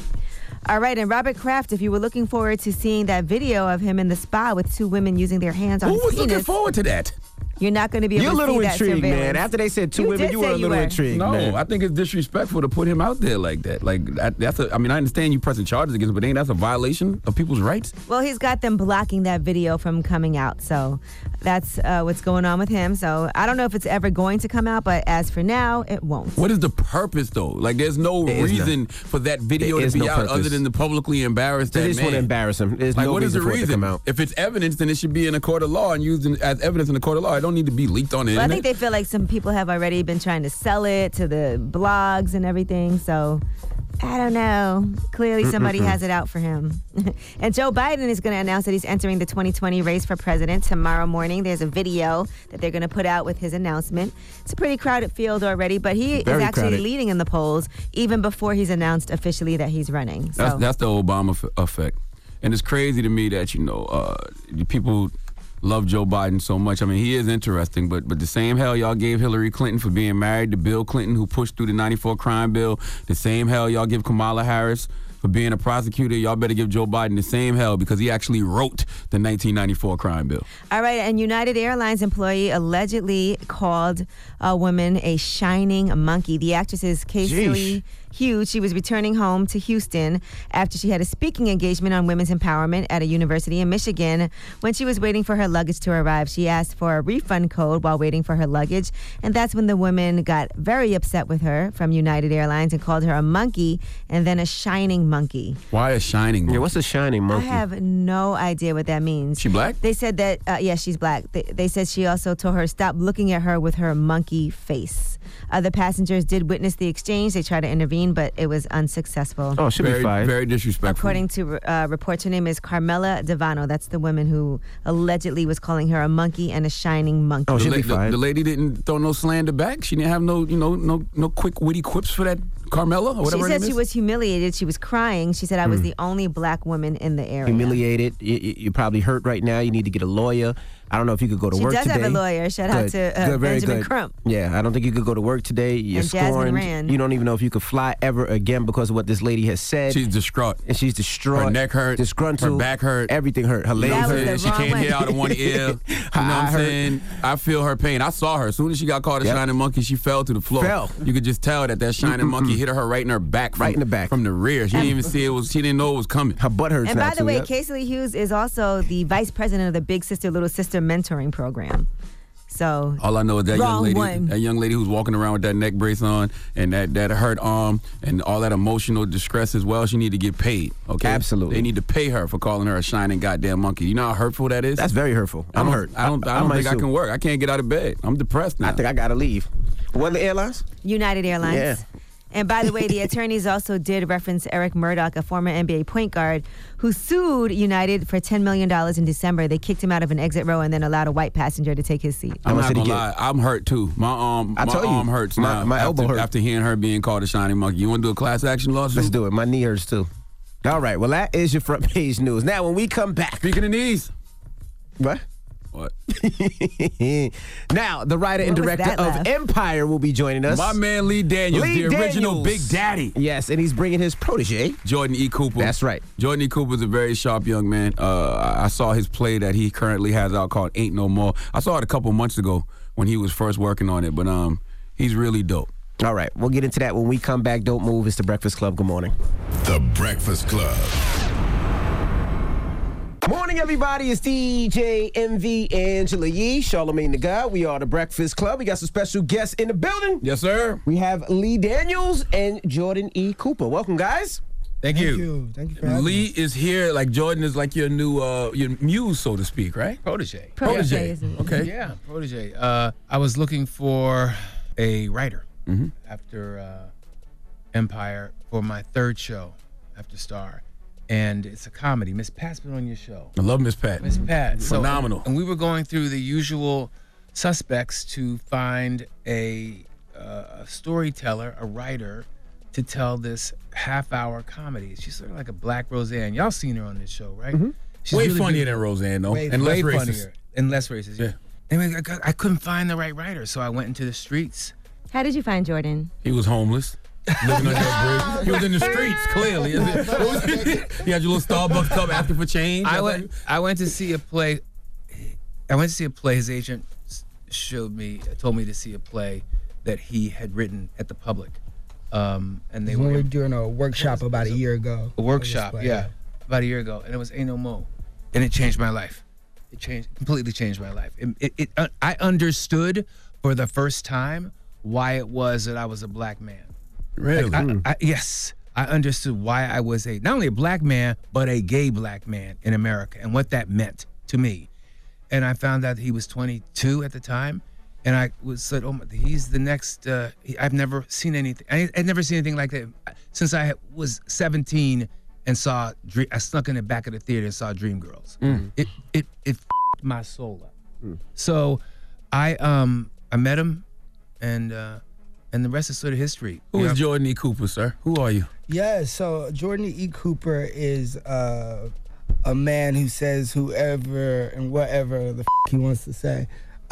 S10: All right, and Robert Kraft, if you were looking forward to seeing that video of him in the spa with two women using their hands on
S1: Who
S10: his
S1: was looking
S10: penis,
S1: forward to that?
S10: you're not going to be able
S1: You're a
S10: to
S1: little
S10: see that
S1: intrigued, man.
S10: surveillance.
S1: After they said
S9: two women,
S10: did
S9: you were
S10: say
S9: a little
S10: were.
S9: intrigued,
S1: No,
S9: man.
S1: I think it's disrespectful to put him out there like that. Like that, that's a, I mean, I understand you pressing charges against, him, but ain't that's a violation of people's rights?
S10: Well, he's got them blocking that video from coming out. So that's uh, what's going on with him. So I don't know if it's ever going to come out, but as for now, it won't.
S1: What is the purpose though? Like, there's no
S9: There is
S1: reason
S9: none.
S1: for that video
S9: There
S1: to
S9: is
S1: be
S9: no
S1: out
S9: purpose.
S1: other than to publicly embarrass
S9: They
S1: that
S9: just
S1: man.
S9: wanna embarrass him. There's
S1: like,
S9: no
S1: what is
S9: reason
S1: the
S9: for it to
S1: reason?
S9: come out.
S1: If it's evidence, then it should be in a court of law and used in, as evidence in the court of law. It don't need to be leaked on the
S10: Well, I
S1: internet.
S10: think they feel like some people have already been trying to sell it to the blogs and everything. So I don't know. Clearly,
S1: Mm,
S10: somebody
S16: Mm-mm-mm.
S10: has it out for him. and Joe Biden is going to announce that he's entering the 2020 race for president tomorrow morning. There's a video that they're going to put out with his announcement. It's a pretty crowded field already, but he
S1: Very
S10: is actually
S1: crowded.
S10: leading in the polls even before he's announced officially that he's running. So.
S1: That's that's the Obama f- effect, and it's crazy to me that you know uh, the people love Joe Biden so much. I mean, he is interesting, but but the same hell y'all gave Hillary Clinton for being married to Bill Clinton, who pushed through the '94 crime bill, the same hell y'all give Kamala Harris. For being a prosecutor, y'all better give Joe Biden the same hell because he actually wrote the 1994 crime bill.
S10: All right, and United Airlines employee allegedly called a woman a shining monkey. The actress is Casey
S16: Jeesh.
S10: Hughes. She was returning home to Houston after she had a speaking engagement on women's empowerment at a university in Michigan. When she was waiting for her luggage to arrive, she asked for a refund code while waiting for her luggage, and that's when the woman got very upset with her from United Airlines and called her a monkey and then a shining monkey.
S1: Why a shining? Yeah,
S9: what's a shining
S10: I have no idea what that means.
S1: She black?
S10: They said that, uh, yeah, she's black. They, they said she also told her, stop looking at her with her monkey face. Other passengers did witness the exchange. They tried to intervene, but it was unsuccessful.
S1: very, Very disrespectful.
S10: According to uh, reports, her name is Carmela Devano. That's the woman who allegedly was calling her a monkey and a shining monkey.
S9: Oh,
S1: the, la- the- the lady didn't throw no slander back. She didn't have no, you know, no, no quick witty quips for that Carmela or
S10: she
S1: oh, whatever. her
S10: said
S1: name
S10: she
S1: is.
S10: was humiliated. She was crying. She said, I was
S9: Hmm.
S10: the only black woman in the area.
S9: Humiliated. You, you- you're probably hurt right now. You need to get a lawyer. I don't know if you could go to
S10: She
S9: work
S10: does
S9: today.
S10: have a lawyer. Shout out
S9: Good.
S10: to, uh,
S9: Good, very
S10: Benjamin
S9: good.
S10: Crump.
S9: Yeah, I don't think you could go to work today. You're
S10: And Jasmine
S9: scorned.
S10: Rand.
S9: You don't even know if you could fly ever again because of what this lady has said.
S1: She's distraught.
S9: And she's distraught.
S1: Her neck hurt.
S9: Disgruntled.
S1: Her back hurt.
S9: Everything hurt. Her
S1: You know
S9: legs
S1: what I'm
S9: hurt.
S1: saying? She can't hear out of one ear. You know what
S9: I
S1: I'm
S9: heard-
S1: saying? I feel her pain. I saw her. As soon as she got caught a
S9: Yep.
S1: shining monkey, she fell to the floor.
S9: Fell.
S1: You could just tell that that shining
S9: Mm-mm-mm.
S1: monkey hit her right in her back. From, right in the back. From the rear. She didn't even see it was. She didn't know it was coming.
S9: Her butt hurts
S10: And by the way, Casey Lee Hughes is also the vice president of the Big Sister Little Sister mentoring program. So
S1: All I know is that young
S10: Wrong
S1: lady,
S10: one.
S1: that young lady who's walking around with that neck brace on and that that hurt arm and all that emotional distress as well. She need to get paid. Okay, absolutely. They need to pay her for calling her a shining goddamn monkey. You know how hurtful that is.
S9: That's very hurtful.
S1: I
S9: I'm
S1: don't-
S9: hurt.
S1: I don't. I,
S9: I
S1: don't
S9: might
S1: think I
S9: sue.
S1: can work. I can't get out of bed. I'm depressed now. I think
S9: I gotta leave. What the airlines?
S10: United Airlines.
S9: Yeah.
S10: And by the way, the attorneys also did reference Eric Murdoch, a former NBA point guard, who sued United for $10 million in December. They kicked him out of an exit row and then allowed a white passenger to take his seat.
S1: I'm not gonna lie, I'm hurt too. My arm,
S9: I
S1: my
S9: told you,
S1: arm hurts
S9: my-
S1: now.
S9: my elbow
S1: after,
S9: hurt.
S1: after hearing her being called a shining monkey. You want to do a class action lawsuit?
S9: Let's do it. My knee hurts too. All right. Well, that is your front page news. Now, when we come back, speaking
S1: of knees,
S9: what?
S1: What?
S9: now, the writer and
S1: What was
S9: director
S1: that
S9: of
S1: laugh?
S9: Empire will be joining us.
S1: My man Lee Daniels,
S9: Lee
S1: the original
S9: Daniels.
S1: Big Daddy.
S9: Yes, and he's bringing his protege.
S1: Jordan E. Cooper. That's right. Jordan E. Cooper's a very sharp young man. Uh, I- I saw his play that he currently has out called Ain't No More. I saw it a couple months ago when he was first working on it, but um, he's really dope.
S9: All right, we'll get into that when we come back. Don't move. It's the Breakfast Club. Good morning.
S2: The Breakfast Club.
S9: Morning, everybody. It's DJ MV Angela Yee, Charlemagne the God. We are the Breakfast Club. We got some special guests in the building.
S1: Yes, sir.
S9: We have Lee Daniels and Jordan E. Cooper. Welcome, guys.
S1: Thank, you. Thank you. Lee is here. Like Jordan is like your new uh, your muse, so to speak, right?
S16: Protege.
S1: Protege. Okay.
S16: Yeah, protege. Uh, I was looking for a writer
S1: Mm-hmm.
S16: after uh, Empire for my third show after Star, and it's a comedy. Miss Pat's been on your show.
S1: I love Miss Pat.
S16: Miss Pat, so-
S1: Phenomenal.
S16: and we were going through the usual suspects to find a, uh, a storyteller, a writer, to tell this half-hour comedy. She's sort of like a black Roseanne. Y'all seen her on this show, right? She's
S1: Way
S16: really
S1: funnier
S16: beautiful.
S1: than Roseanne, though.
S16: Way,
S1: and less
S16: way
S1: racist.
S16: funnier and less racist. Yeah. Anyway, I, got- I couldn't find the right writer, so I went into the streets.
S10: How did you find Jordan?
S1: He was homeless. Living on that bridge. He was in the streets, clearly. Is it- you had your little Starbucks cup asking for change.
S16: I went. I went to see a play. I went to see a play. His agent s- showed me, told me to see a play that he had written at the public, um, and they
S19: when we
S16: were
S19: were doing a workshop about a year ago.
S16: a workshop.
S19: It was-
S16: Yeah, about a year ago, and it was Ain't No Mo, and it changed my life. It changed completely changed my life. It, it, it uh, I understood for the first time why it was that I was a black man.
S1: Really?
S16: Like, I- I- yes. I understood why I was a not only a black man, but a gay black man in America and what that meant to me. And I found out he was 22 at the time. And I was said, oh, my, he's the next. Uh, he, I've never seen anything. I, I'd never seen anything like that uh, since I was 17 and saw. Dre- I snuck in the back of the theater and saw Dreamgirls.
S18: Mm.
S16: It it it f***ed my soul up. So, I um I met him, and uh, and the rest is sort of history.
S1: Who is Jordan E. Cooper, sir? Who are you?
S19: Yeah, so Jordan E. Cooper is uh, a man who says whoever and whatever the f- he wants to say.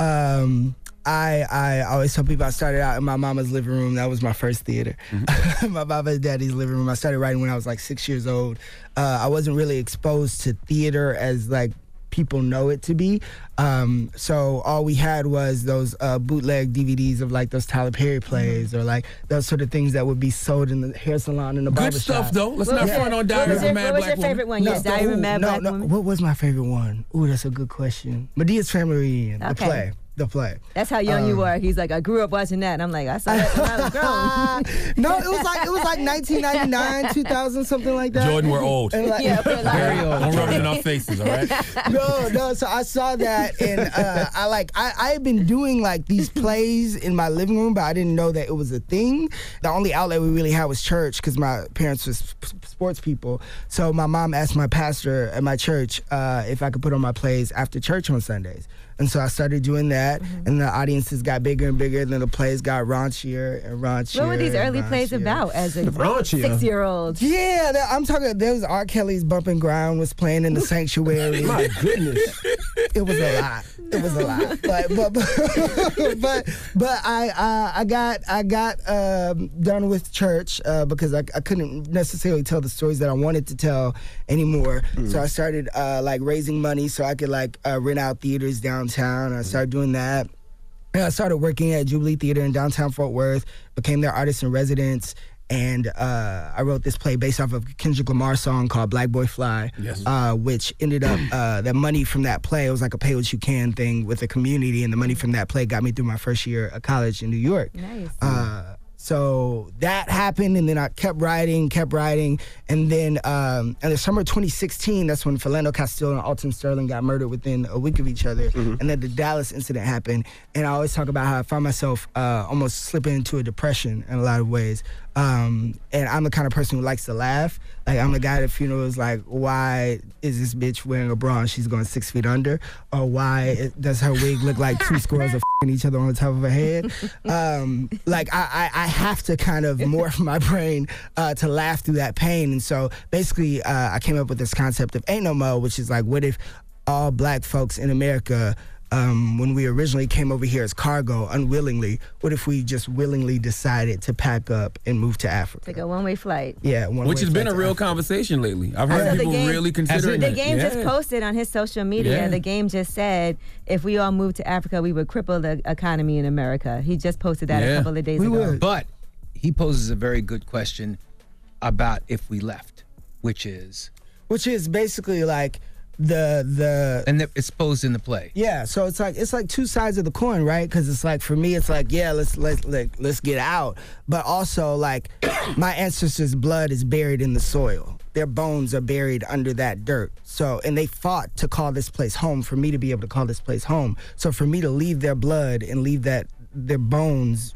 S19: Um, I I always tell people I started out in my mama's living room. That was my first theater. my mama and daddy's living room. I started writing when I was like six years old. Uh, I wasn't really exposed to theater as like people know it to be. Um, so all we had was those uh, bootleg DVDs of like those Tyler Perry
S1: Mm-hmm.
S19: plays or like those sort of things that would be sold in the hair salon in the
S1: Good
S19: barber
S1: stuff,
S19: shop.
S1: though. Let's What not was front your- on what Diary was of a your- Mad what was Black your Woman. favorite one? Yes, Diary of a
S19: ooh,
S1: Mad
S19: no,
S1: Black
S19: no.
S1: Woman.
S19: What was my favorite one? Ooh, that's a good question. Medea's Family Reunion, the
S10: Okay.
S19: play, the play.
S10: That's how young
S19: Um,
S10: you were. He's like, I grew up watching that. And I'm like, I saw that when I was grown.
S19: no, it was like it was like 1999, 2000, something like that.
S1: Jordan, we're old.
S19: And like-
S1: Very old. Don't rub it in our faces, all right?
S19: no, no. So I saw that, and uh, I like I I had been doing like these plays in my living room, but I didn't know that it was a thing. The only outlet we really had was church because my parents was sp- sp- sports people. So my mom asked my pastor at my church uh, if I could put on my plays after church on Sundays, and so I started doing that.
S10: Mm-hmm.
S19: And the audiences got bigger and bigger, and then the plays got raunchier and raunchier.
S10: What were these
S19: and
S10: early plays
S19: raunchier.
S10: about as a
S19: Raunchier.
S10: six year old?
S19: Yeah, that, I'm talking. There was R. Kelly's "Bumping Ground" was playing in the sanctuary.
S10: My
S19: goodness, it was a lot. It was a lot. But but but but, but I uh, I got I got um, done with church uh, because I, I couldn't necessarily tell the stories that I wanted to tell anymore. So I started uh, like raising money so I could like uh, rent out theaters downtown. I started doing that. And I started working at Jubilee Theater in downtown Fort Worth, became their artist in residence. And uh, I wrote this play based off of Kendrick Lamar's song called Black Boy Fly,
S20: Yes.
S19: uh, which ended up, uh, the money from that play, it was like a pay what you can thing with the community. And the money from that play got me through my first year of college in New York.
S10: Nice.
S19: Uh, So that happened, and then I kept riding, kept riding, and then um, in the summer of 2016, that's when Philando Castile and Alton Sterling got murdered within a week of each other, and then the Dallas incident happened. And I always talk about how I found myself uh, almost slipping into a depression in a lot of ways. Um, and I'm the kind of person who likes to laugh. Like I'm the guy at funerals, like, why is this bitch wearing a bra and she's going six feet under? Or why it- does her wig look like two squirrels are fing each other on the top of her head? Um, like I, I, I have to kind of morph my brain uh, to laugh through that pain. And so basically, uh, I came up with this concept of ain't no mo, which is like, what if all black folks in America um, when we originally came over here as cargo unwillingly, what if we just willingly decided to pack up and move to Africa?
S10: Like a one-way flight.
S19: Yeah, one
S1: Which
S19: way
S1: has been a
S19: flight to
S1: real conversation lately. I've
S10: So
S1: heard
S10: the
S1: people
S10: game-
S1: really considering
S10: The
S1: it.
S10: game just
S1: Yeah.
S10: posted on his social media.
S1: Yeah.
S10: The game just said if we all moved to Africa, we would cripple the economy in America. He just posted that a couple of days ago.
S16: But he poses a very good question about if we left, which is
S19: which is basically like the the
S16: and that it's posed in the play.
S19: Yeah, so it's like it's like two sides of the coin, right? Because it's like for me, it's like yeah, let's let's like, let's get out, but also like my ancestors' blood is buried in the soil. Their bones are buried under that dirt. So and they fought to call this place home for me to be able to call this place home. So for me to leave their blood and leave that their bones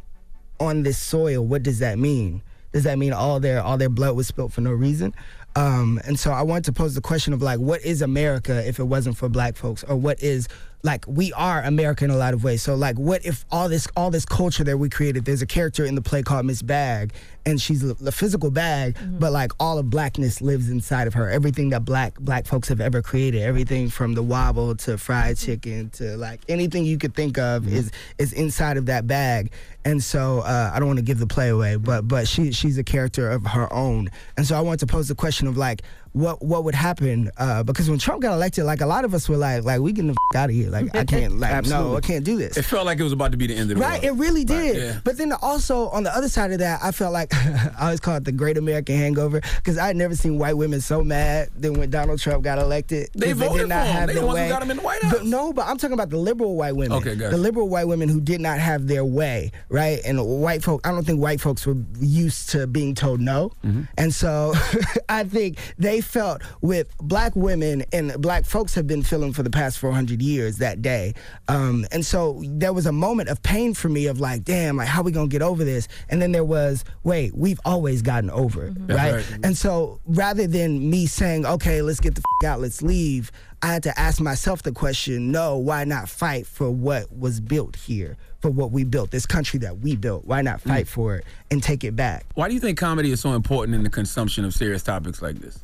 S19: on this soil, what does that mean? Does that mean all their all their blood was spilt for no reason? Um, and so I wanted to pose the question of like, what is America if it wasn't for Black folks, or what is like we are America in a lot of ways. So like, what if all this all this culture that we created? There's a character in the play called Miss Bag, and she's a, a physical bag, but like all of blackness lives inside of her. Everything that black black folks have ever created, everything from the wobble to fried chicken to like anything you could think of is is inside of that bag. And so uh, I don't want to give the play away, but but she she's a character of her own. And so I wanted to pose the question of like what what would happen uh, because when Trump got elected, like a lot of us were like like we getting the f- out of here. Like I can't like no I can't do this.
S1: It felt like it was about to be the end of the
S19: Right,
S1: world.
S19: it really did.
S1: yeah.
S19: But then also on the other side of that, I felt like I always call it the Great American Hangover because I had never seen white women so mad than when Donald Trump got elected. 'cause
S1: They voted for him. They the ones who got him in the
S19: White House. no, but I'm talking about the liberal white women.
S1: Okay, gotcha.
S19: The liberal white women who did not have their way, right? And white folk, I don't think white folks were used to being told no.
S1: Mm-hmm.
S19: And so I think they felt with black women and black folks have been feeling for the past 400 years that day. Um, and so there was a moment of pain for me of like, damn, like how we gonna get over this? And then there was, wait, we've always gotten over it,
S6: That's
S19: right?
S6: right.
S19: And so rather than me saying, okay, let's get the f- out, let's leave, I had to ask myself the question, no, why not fight for what was built here, for what we built, this country that we built? Why not fight
S1: Mm.
S19: for it and take it back?
S1: Why do you think comedy is so important in the consumption of serious topics like this?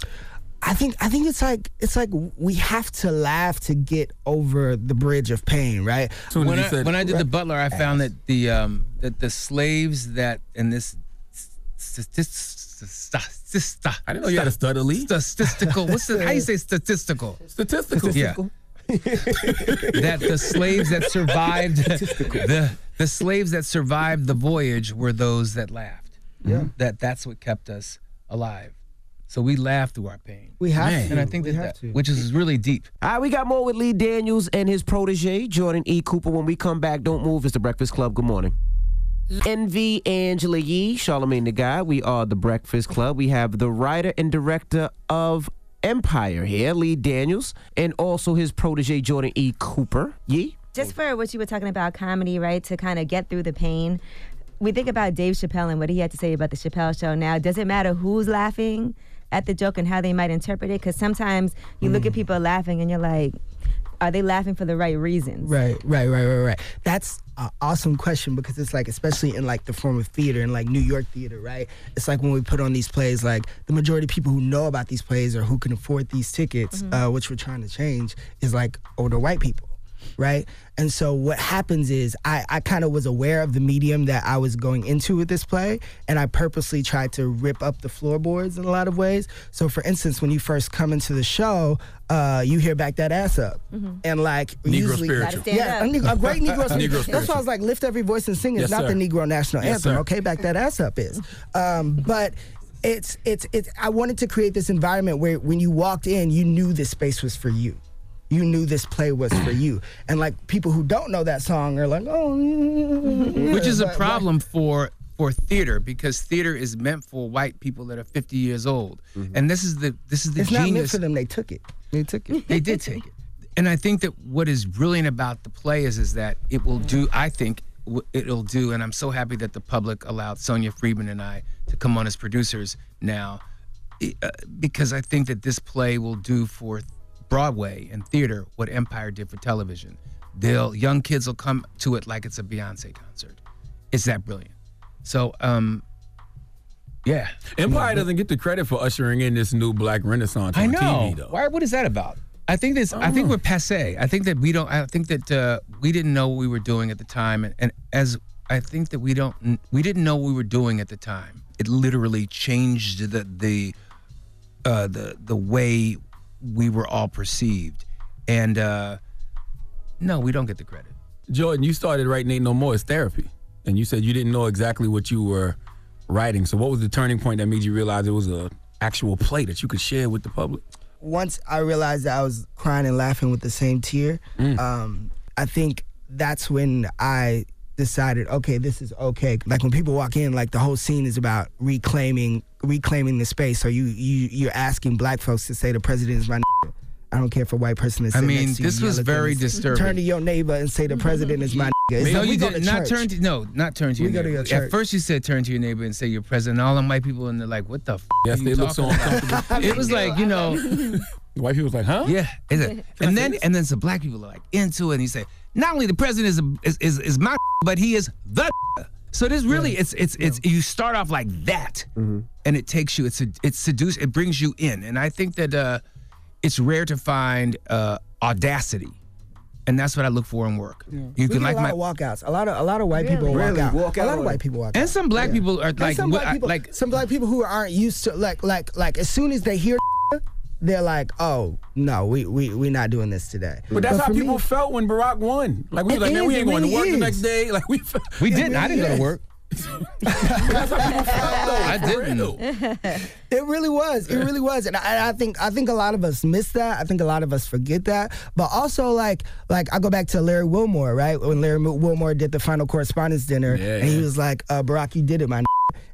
S19: I think I think it's like it's like we have to laugh to get over the bridge of pain, right?
S16: when, I, when I did the butler, I found that the um, that the slaves that in this statistical. I
S1: didn't know you had a
S16: study. Statistical. What's the? How you say statistical?
S1: Statistical.
S16: Yeah. that the slaves that survived the the slaves that survived the voyage were those that laughed. Yeah. That that's what kept us alive. So we laughed through our pain.
S9: We have to.
S16: And I think
S9: We
S16: that,
S9: have
S16: that-
S9: to.
S16: which is really deep.
S9: All right, we got more with Lee Daniels and his protege, Jordan E. Cooper. When we come back, don't move. It's the Breakfast Club. Good morning. NV Angela Yee, Charlemagne the Guy. We are the Breakfast Club. We have the writer and director of Empire here, Lee Daniels, and also his protege, Jordan E. Cooper. Yee?
S10: just for what you were talking about comedy, right? To kind of get through the pain. We think about Dave Chappelle and what he had to say about the Chappelle show. Now, does it matter who's laughing at the joke and how they might interpret it? Because sometimes you look at
S1: Mm.
S10: people laughing and you're like, are they laughing for the right reasons?
S19: Right, right, right, right, right. That's an awesome question because it's like, especially in like the form of theater and like New York theater, right? It's like when we put on these plays, like the majority of people who know about these plays or who can afford these tickets, uh, which we're trying to change, is like older white people. Right. And so what happens is I, I kind of was aware of the medium that I was going into with this play, and I purposely tried to rip up the floorboards in a lot of ways. So, for instance, when you first come into the show, uh, you hear back that ass up. And like,
S6: Negro
S19: usually,
S6: spiritual. Gotta stand
S19: yeah,
S6: up.
S19: a, neg- a great
S6: Negro
S19: Negro, spiritual. That's why
S6: spiritual.
S19: I was like, lift every voice and sing. It's
S6: Yes,
S19: not
S6: sir.
S19: the Negro national
S6: Yes,
S19: anthem.
S6: sir.
S19: okay, back that ass up is. Um, but it's it's it's. I wanted to create this environment where when you walked in, you knew this space was for you. You knew this play was for you. And like people who don't know that song are like, oh, mm, mm, mm,
S16: Which is a
S19: but-
S16: problem for for theater because theater is meant for white people that are 50 years old. And this is the this is the
S19: it's not meant
S16: genius.
S19: for them. They took it. They took it.
S16: they did take it. And I think that what is brilliant about the play is is that it will do. I think w- it'll do, and I'm so happy that the public allowed Sonia Friedman and I to come on as producers now, i- uh, because I think that this play will do for Broadway and theater what Empire did for television. They'll young kids will come to it like it's a Beyonce concert. It's that brilliant. So, um, yeah,
S1: Empire doesn't get the credit for ushering in this new black renaissance
S16: I
S1: on
S16: know.
S1: TV, though. Oh.
S16: Why? What is that about? I think this. I, think we're passe. I think that we don't. I think that uh, we didn't know what we were doing at the time, and, and as I think that we don't. We didn't know what we were doing at the time. It literally changed the the uh, the the way we were all perceived, and uh, no, we don't get the credit.
S1: Jordan, you started writing Ain't No More as therapy, and you said you didn't know exactly what you were writing. So, what was the turning point that made you realize it was a actual play that you could share with the public?
S19: once I realized that I was crying and laughing with the same tear, um, I think that's when I decided, okay, this is okay. Like when people walk in, like the whole scene is about reclaiming reclaiming the space. So you you you're asking black folks to say the president is my. n***a." I don't care if a white person is.
S16: I
S19: sitting
S16: mean,
S19: next to you,
S16: this
S19: yell
S16: was
S19: at them
S16: very
S19: and say,
S16: disturbing.
S19: Turn to your neighbor and say the president is my. n***a." It's
S16: no,
S19: like, we
S16: you
S19: go
S16: did
S19: to
S16: not
S19: church.
S16: turn to no, not turn to
S19: We
S16: your
S19: go to
S16: neighbor.
S19: your church.
S16: At first, you said turn to your neighbor and say you're president. All them white people and they're like, "What the?" F-
S1: Yes,
S16: are
S1: they
S16: you
S1: look so
S16: talking about?" it was like you know,
S1: White people was like, huh?
S16: Yeah. Is it? And then and then some black people are like into it. And you say, not only the president is a, is, is is my, but he is the. So this really it's it's it's you start off like that, and it takes you. It's a, it's seduce. It brings you in, and I think that uh, it's rare to find uh, audacity, and that's what I look for in work. You can
S19: We get
S16: like
S19: a
S16: my
S19: lot of walkouts. A lot of a lot of white people
S16: Really?
S19: walk out.
S16: Walk
S19: a
S16: out
S19: lot of
S16: on
S19: white
S16: it.
S19: people walk out.
S16: And some black people are
S19: And
S16: like,
S19: some
S16: what-
S19: black
S16: I-
S19: people,
S16: like-
S19: some black people who aren't used to like like like as soon as they hear, they're like, oh no, we we we're not doing this today.
S1: But that's
S19: for
S1: how
S19: me-
S1: people felt when Barack won. Like we
S19: It
S1: was like, man, we
S19: is,
S1: ain't
S19: it
S1: going to
S19: really
S1: work the
S19: is.
S1: next day. Like we,
S16: We It didn't. I really didn't go to is. work.
S1: I
S19: it really was. It really was, and I, I think I think a lot of us miss that. I think a lot of us forget that. But also, like like I go back to Larry Wilmore, right? When Larry Mo- Wilmore did the final correspondence dinner,
S6: Yeah,
S19: and he
S6: yeah.
S19: was like, uh, "Barack, you did it, my." n-"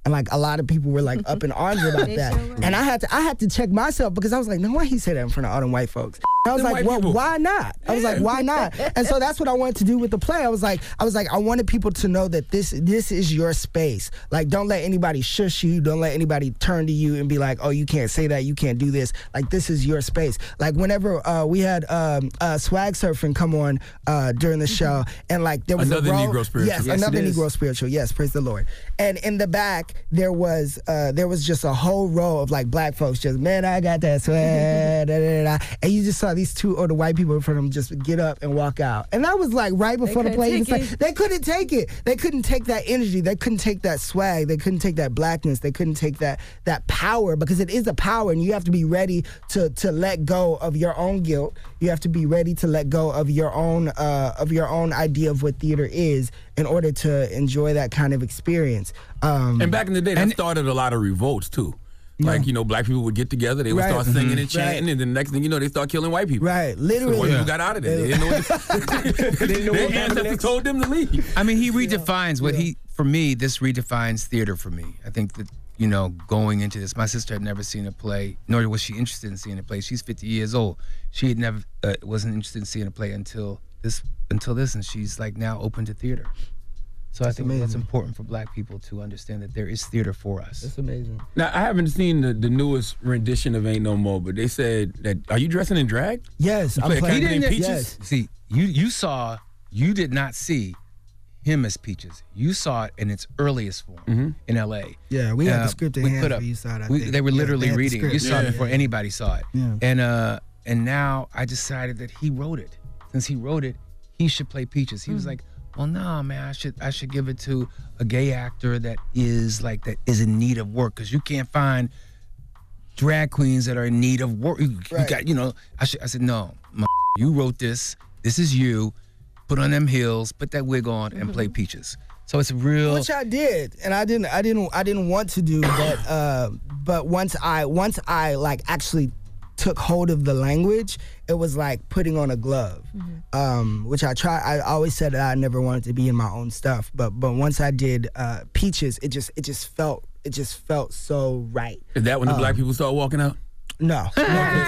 S19: And like a lot of people were like up in arms about
S6: They
S19: that,
S6: sure were.
S19: and I had to I had to check myself because I was like, no, why he say that in front of all them white folks? And I was
S6: Them
S19: like,
S6: white
S19: well,
S6: people.
S19: why not? I was like,
S6: Yeah.
S19: why not? And so that's what I wanted to do with the play. I was like, I was like, I wanted people to know that this this is your space. Like, don't let anybody shush you. Don't let anybody turn to you and be like, oh, you can't say that. You can't do this. Like, this is your space. Like, whenever uh, we had um, uh, swag surfing come on uh, during the show, and like there was
S1: Mm-hmm. Another
S19: a role-
S1: Negro spiritual.
S19: Yes,
S1: Yes, it
S19: another
S1: is.
S19: Negro spiritual. Yes, praise the Lord. And in the back, there was uh, there was just a whole row of like black folks just man, I got that sweat, da, da, da, da." and you just saw these two older white people in front of them just get up and walk out, and that was like right before the
S6: couldn't
S19: play.
S6: take
S19: It's like,
S6: it.
S19: they couldn't take it. They couldn't take that energy. They couldn't take that swag. They couldn't take that blackness. They couldn't take that that power because it is a power, and you have to be ready to to let go of your own guilt. You have to be ready to let go of your own uh, of your own idea of what theater is in order to enjoy that kind of experience. Um,
S1: And back in the day, that started a lot of revolts too. Like you know, black people would get together, they would
S19: Right.
S1: start singing
S19: Mhm.
S1: and chanting, and the next thing you know, they start killing white people.
S19: Right,
S1: So white
S19: literally.
S1: people got out of there. They didn't know what they didn't know their ancestors told them to leave.
S16: I mean, he redefines what he for me. This redefines theater for me. I think that you know, going into this, my sister had never seen a play, nor was she interested in seeing a play. She's 50 years old. She had never uh, wasn't interested in seeing a play until this, until this, and she's like now open to theater. So I
S19: That's
S16: think that's
S19: amazing.
S16: important for Black people to understand that there is theater for us.
S19: That's amazing.
S1: Now I haven't seen the, the newest rendition of "Ain't No More," but they said that. Are you dressing in drag?
S19: Yes,
S1: You play a character named
S16: didn't-
S1: Peaches.
S16: See, you you saw, you did not see him as Peaches. You saw it in its earliest form in L.A.
S19: Mm-hmm. Yeah, we had
S16: Uh,
S19: the script in
S16: we
S19: hand.
S16: put
S19: before
S16: up-
S19: you saw it, I
S16: we-
S19: think.
S16: They were
S19: Yeah,
S16: literally
S19: had the
S16: reading. it. You
S19: script.
S16: saw it before anybody saw it.
S19: Yeah.
S16: And uh, and now I decided that he wrote it. Since he wrote it, he should play Peaches. He was like, well, nah, man, I should I should give it to a gay actor that is like that is in need of work because you can't find drag queens that are in need of work. You, you got you know. I should, I said no. My, you wrote this. This is you. Put on them heels. Put that wig on and play Peaches. So it's a real.
S19: which I did, and I didn't, I didn't, I didn't want to do, but uh, but once I, once I like actually took hold of the language, it was like putting on a glove,
S9: Mm-hmm.
S19: um, which I try. I always said that I never wanted to be in my own stuff, but but once I did uh, Peaches, it just it just felt it just felt so right.
S1: Is that when the
S19: Um,
S1: black people start walking out?
S19: No.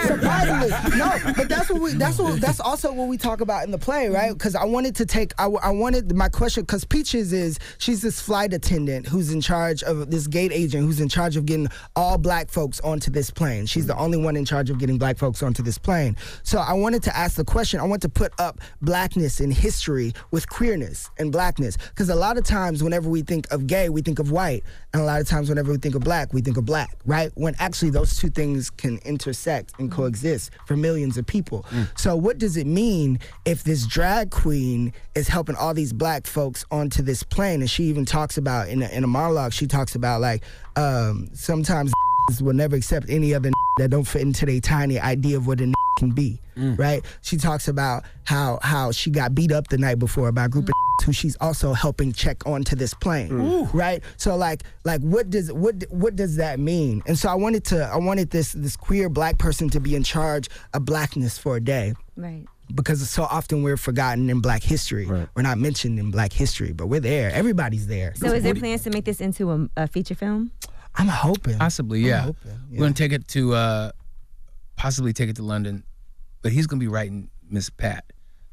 S19: surprisingly no but that's what we that's what that's also what we talk about in the play right because i wanted to take i, w- I wanted my question because peaches is she's this flight attendant who's in charge of this gate agent who's in charge of getting all black folks onto this plane she's the only one in charge of getting black folks onto this plane so i wanted to ask the question i want to put up blackness in history with queerness and blackness because a lot of times whenever we think of gay we think of white and a lot of times whenever we think of black we think of black right when actually those two things can intersect and coexist for millions of people so what does it mean if this drag queen is helping all these black folks onto this plane and she even talks about in a, in a monologue she talks about like um, sometimes will never accept any other that don't fit into their tiny idea of what a can be right she talks about how how she got beat up the night before by a group of who she's also helping check onto this plane
S6: Mm.
S19: right so like like what does what what does that mean and so i wanted to i wanted this this queer black person to be in charge of blackness for a day
S10: Right.
S19: because so often we're forgotten in black history we're not mentioned in black history but we're there everybody's there
S10: So is there plans to make this into a, a feature film?
S19: i'm hoping
S16: possibly yeah. we're gonna take it to uh possibly take it to london but he's gonna be writing miss pat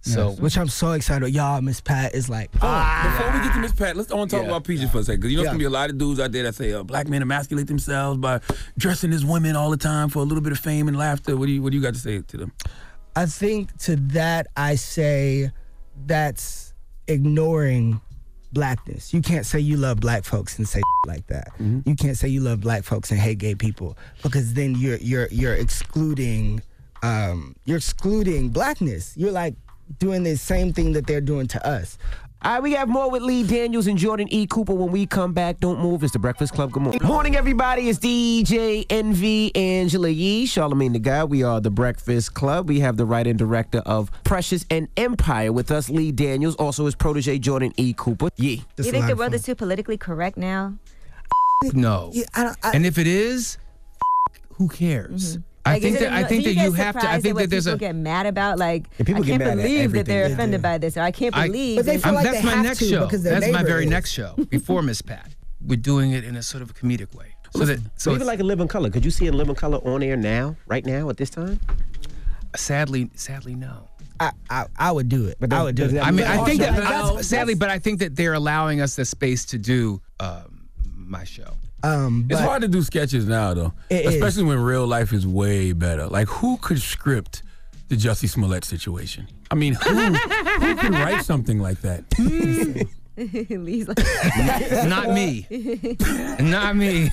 S16: so Uh,
S19: which i'm so excited y'all miss pat is like oh,
S1: Hold on.
S16: Ah.
S1: Before we get to Miss Pat, let's I want to talk about Peaches for a second. Because you know, there's
S19: Yeah.
S1: going to be a lot of dudes out there that say uh, black men emasculate themselves by dressing as women all the time for a little bit of fame and laughter. What do you What do you got to say to them?
S19: I think to that I say that's ignoring blackness. You can't say you love black folks and say like that. You can't say you love black folks and hate gay people because then you're you're you're excluding um, you're excluding blackness. You're like doing the same thing that they're doing to us.
S9: All right, we have more with Lee Daniels and Jordan E. Cooper when we come back. Don't move. It's the Breakfast Club. Good morning. Morning, everybody. It's DJ NV, Angela Yee, Charlemagne the Guy. We are the Breakfast Club. We have the writer and director of Precious and Empire with us, Lee Daniels. Also, his protege, Jordan E. Cooper. Yee.
S10: Do you think the world is too politically correct now?
S16: no
S10: Yeah, I don't- I-
S16: and if it is who cares
S19: Mm-hmm.
S16: i
S10: Like, is
S16: think
S10: it
S16: that i
S10: anno-
S16: think
S10: do
S16: that
S10: get
S16: you have to i
S10: surprised at
S16: think
S10: what
S16: that there's
S10: people
S16: a
S10: get mad about like
S16: Yeah, people
S10: I
S16: get
S10: can't
S16: mad at
S10: believe that
S16: everything.
S10: they're
S16: They
S10: offended by this, or I can't
S16: I-
S10: believe.
S16: I'm- that's my next show. That's my very next show before Miss Pat. We're doing it in a sort of comedic way. So that so
S9: So even
S16: it's-
S9: like a Live in Color, could you see a Live in Color on air now, right now, at this time?
S16: Sadly, sadly, no.
S19: I, I, I would do it. But
S9: I
S19: would do it.
S16: I mean, I
S19: But
S16: think
S19: also,
S16: that
S19: like, that's-
S16: sadly, but I think that they're allowing us the space to do um, my show.
S19: Um,
S1: it's
S16: but-
S1: hard to do sketches now, though.
S16: It is.
S1: Especially when real life is way better. Like, who could script the Jussie Smollett situation? I mean, who, who could write something like that?
S10: Lee's
S16: It's
S10: like,
S16: not me. Not me.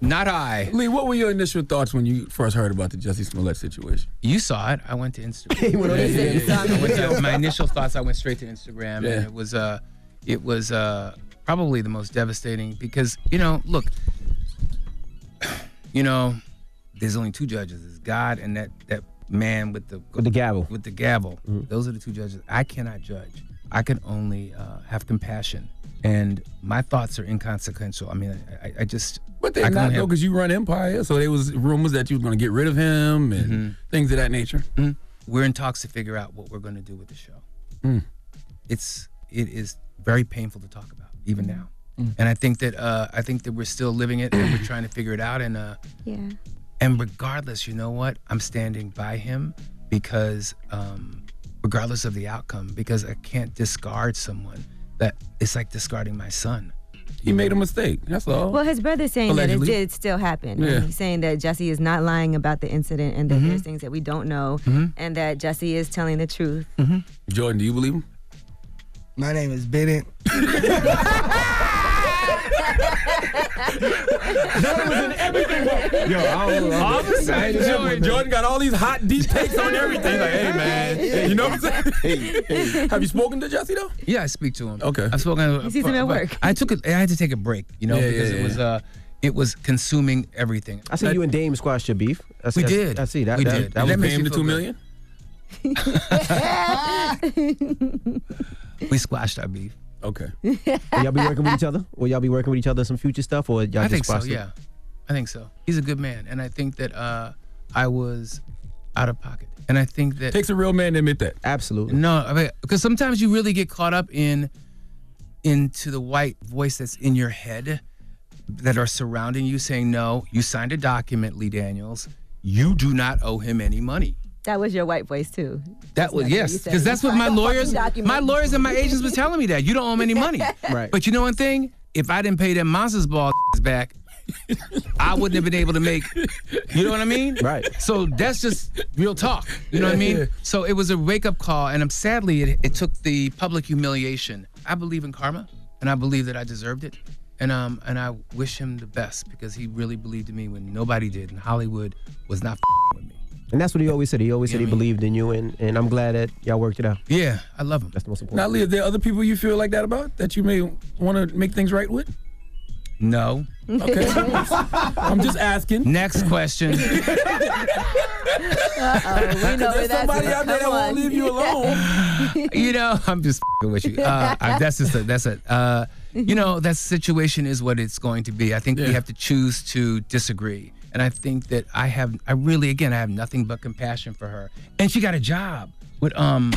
S16: Not I.
S1: Lee, what were your initial thoughts when you first heard about the Jussie Smollett situation?
S16: You saw it. I went to Instagram.
S1: went on
S16: Yeah, yeah,
S1: Instagram.
S16: yeah, yeah. I went to- my initial thoughts. I went straight to Instagram,
S1: Yeah.
S16: and it was uh, it was uh, probably the most devastating because you know, look, you know, there's only two judges: it's God and that that man with the with
S9: the gavel.
S16: With the gavel. Those are the two judges. I cannot judge. I can only uh, have compassion, and my thoughts are inconsequential. I mean, I, I, I just
S1: But
S16: I
S1: they're
S16: can
S1: not
S16: only
S1: though,
S16: have-
S1: because you run Empire, so there was rumors that you was gonna get rid of him and things of that nature.
S16: Mm-hmm. We're in talks to figure out what we're going to do with the show.
S1: Mm.
S16: It's it is very painful to talk about even now, and I think that uh, I think that we're still living it and we're trying to figure it out. And uh,
S10: yeah.
S16: and regardless, you know what? I'm standing by him because um, regardless of the outcome, because I can't discard someone. That it's like discarding my son.
S1: He made a mistake. That's all.
S10: Well, his brother's saying
S16: Allegedly.
S10: that it did still happen.
S16: Yeah. Mm-hmm.
S10: He's saying that Jesse is not lying about the incident and that there's things that we don't know
S1: Mhm.
S10: and that Jesse is telling the truth.
S16: Mm-hmm.
S1: Jordan, do you believe him?
S19: My name is Bennett.
S1: Jordan was in everything. Yo, I don't know.
S6: All of a sudden,
S1: I ain't never
S6: Jordan-
S1: been- Jordan got all these hot deep takes on everything. Like, hey man, you know what I'm saying? Have you spoken to Jesse though?
S16: Yeah, I speak to him.
S1: Okay.
S16: I spoke on.
S1: He sees him at
S16: but
S1: work.
S16: I took. A, I had to take a break, you know,
S9: Yeah, yeah,
S16: because it
S9: yeah,
S16: was
S9: yeah.
S16: uh, it was consuming everything.
S9: I see you and Dame squashed your beef. I see,
S16: We
S9: I see-
S16: did.
S9: I see that.
S16: We
S9: that, That,
S16: did. Did
S9: was
S16: that make you
S9: Dame the
S16: feel
S9: two
S16: good?
S9: million.
S16: We squashed our beef.
S1: Okay.
S9: Will y'all be working with each other? Will y'all be working with each other on some future stuff, or y'all
S16: I
S9: just
S16: think so.
S9: squashed it?
S16: Yeah, I think so. He's a good man, and I think that uh, I was out of pocket. And I think that
S1: takes a real man to admit that.
S9: Absolutely.
S16: No, I mean, because sometimes you really get caught up in into the white voice that's in your head that are surrounding you saying, "No, you signed a document, Lee Daniels. You do not owe him any money."
S10: That was your white voice too.
S16: That was
S10: not what
S16: yes,
S10: you said.
S16: because that's what my
S10: Don't fucking
S16: lawyers,
S10: document
S16: my
S10: it.
S16: lawyers and my agents was telling me that you don't owe him any money.
S10: Right.
S16: But you know one thing, if I didn't pay them monsters ball back, I wouldn't have been able to make. You know what I mean? Right. So that's just real talk. You know what I
S18: Yeah.
S16: mean? So it was a wake up call, and I'm sadly it, it took the public humiliation. I believe in karma, and I believe that I deserved it, and um and I wish him the best because he really believed in me when nobody did, and Hollywood was not.
S9: And that's what he always said. He always said he believed in you, and, and I'm glad that y'all worked it out.
S16: Yeah, I love him.
S9: That's the most important.
S1: Now, Lee, are there other people you feel like that about that you may want to make things right with?
S16: No.
S1: Okay. I'm just asking.
S16: Next question.
S18: Uh-oh,
S10: we know where
S18: There's
S10: that's
S18: somebody
S10: gonna
S18: out there that
S10: come
S18: won't
S10: on.
S18: leave you alone.
S16: you know, I'm just fing with you. Uh, I- that's just a, that's it. Uh, you know, that situation is what it's going to be. I think we have to choose to disagree, and I think that I have, I really, again, I have nothing but compassion for her. And she got a job with um,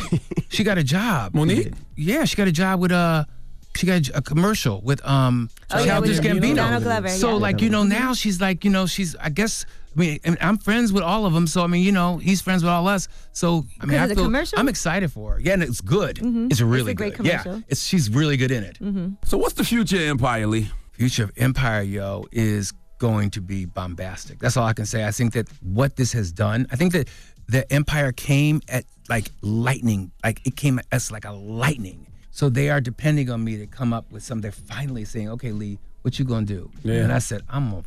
S16: she got a job. Monique. Yeah, she got a job with uh. She got a commercial with um
S10: Oh, yeah,
S16: Childish
S10: with
S16: Gambino.
S10: Donald Glover,
S16: so
S10: yeah.
S16: like you know now she's like you know she's I guess I mean and I'm friends with all of them. So I mean you know he's friends with all us. So I mean
S10: Because
S16: I
S10: of the
S16: feel
S10: commercial?
S16: I'm excited for her. Yeah, and it's good.
S10: Mhm. It's
S16: It's
S10: a
S16: really
S10: great
S16: good.
S10: commercial.
S16: Yeah, it's, she's really good in it.
S10: Mm-hmm.
S1: So what's the future of Empire, Lee?
S16: Future of Empire, yo, is going to be bombastic. That's all I can say. I think that what this has done, I think that the Empire came at like lightning. Like it came at us like a lightning. So they are depending on me to come up with something. They're finally saying, okay, Lee, what you gonna do?
S18: Yeah.
S16: And I said, I'm gonna f-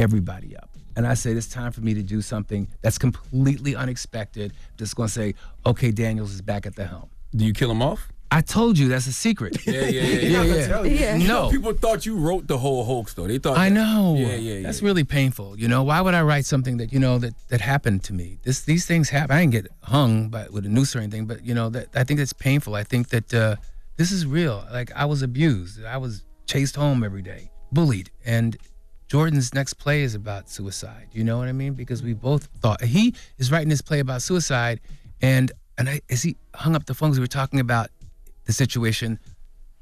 S16: everybody up. And I said, it's time for me to do something that's completely unexpected. That's gonna say, okay, Daniels is back at the helm.
S1: Do you kill him off?
S16: I told you that's a secret.
S1: Yeah, yeah, yeah.
S16: yeah,
S1: yeah.
S16: yeah. No,
S1: people thought you wrote the whole hoax though. They thought
S16: I know.
S1: Yeah, yeah, yeah.
S16: That's really painful. You know, why would I write something that you know that that happened to me? This these things happen. I didn't get hung by with a noose or anything, but you know that I think that's painful. I think that uh, this is real. Like I was abused. I was chased home every day, bullied, and Jordan's next play is about suicide. You know what I mean? Because we both thought he is writing this play about suicide, and and I as he hung up the phone, 'cause we were talking about the situation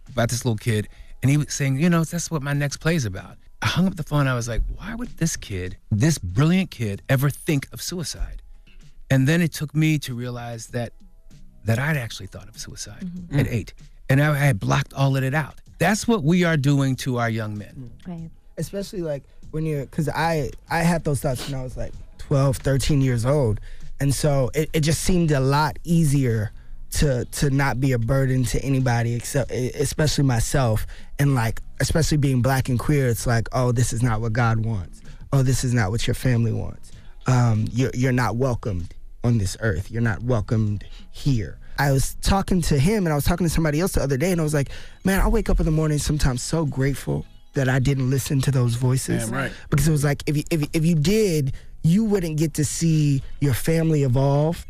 S16: about this little kid, and he was saying, you know, that's what my next play is about. I hung up the phone. I was like, why would this kid, this brilliant kid, ever think of suicide? And then it took me to realize that that I'd actually thought of suicide
S18: Mhm.
S16: at
S18: Mm.
S16: eight, and I had blocked all of it out. That's what we are doing to our young men.
S10: Right.
S19: Especially like when you're, because I, I had those thoughts when I was like 12, 13 years old. And so it, it just seemed a lot easier to to not be a burden to anybody except e, especially myself and like especially being black and queer it's like oh this is not what god wants oh this is not what your family wants um you're, you're not welcomed on this earth you're not welcomed here i was talking to him and i was talking to somebody else the other day and i was like man i wake up in the morning sometimes so grateful that i didn't listen to those voices
S1: Damn right.
S19: because it was like if you, if, you- if you did you wouldn't get to see your family evolve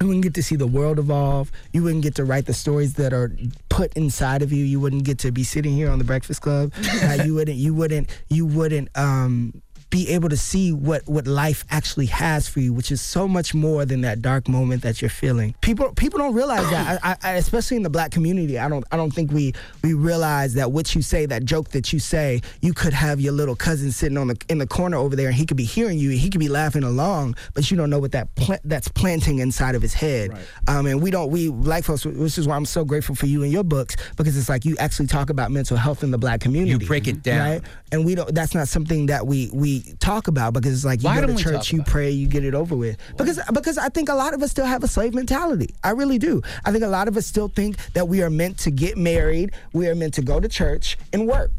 S19: you wouldn't get to see the world evolve. You wouldn't get to write the stories that are put inside of you. You wouldn't get to be sitting here on the Breakfast Club. Uh, you wouldn't. You wouldn't. You wouldn't um, be able to see what what life actually has for you, which is so much more than that dark moment that you're feeling. People people don't realize that, I, I, I- especially in the black community. I don't. I don't think we we realize that what you say, that joke that you say, you could have your little cousin sitting on the in the corner over there, and he could be hearing you, and he could be laughing along, but you don't know what that pla- that's planting inside of his head. Um, and we don't. We black folks, which is why I'm so grateful for you and your books because it's like you actually talk about mental health in the black community. You
S16: break it down.
S19: right? And we don't. That's not something that we we talk about because it's like you
S16: Why
S19: go
S16: don't
S19: to
S16: we talk
S19: church, you pray, you get it over with. Because because I think a lot of us still have a slave mentality. I really do. I think a lot of us still think that we are meant to get married, we are meant to go to church and work.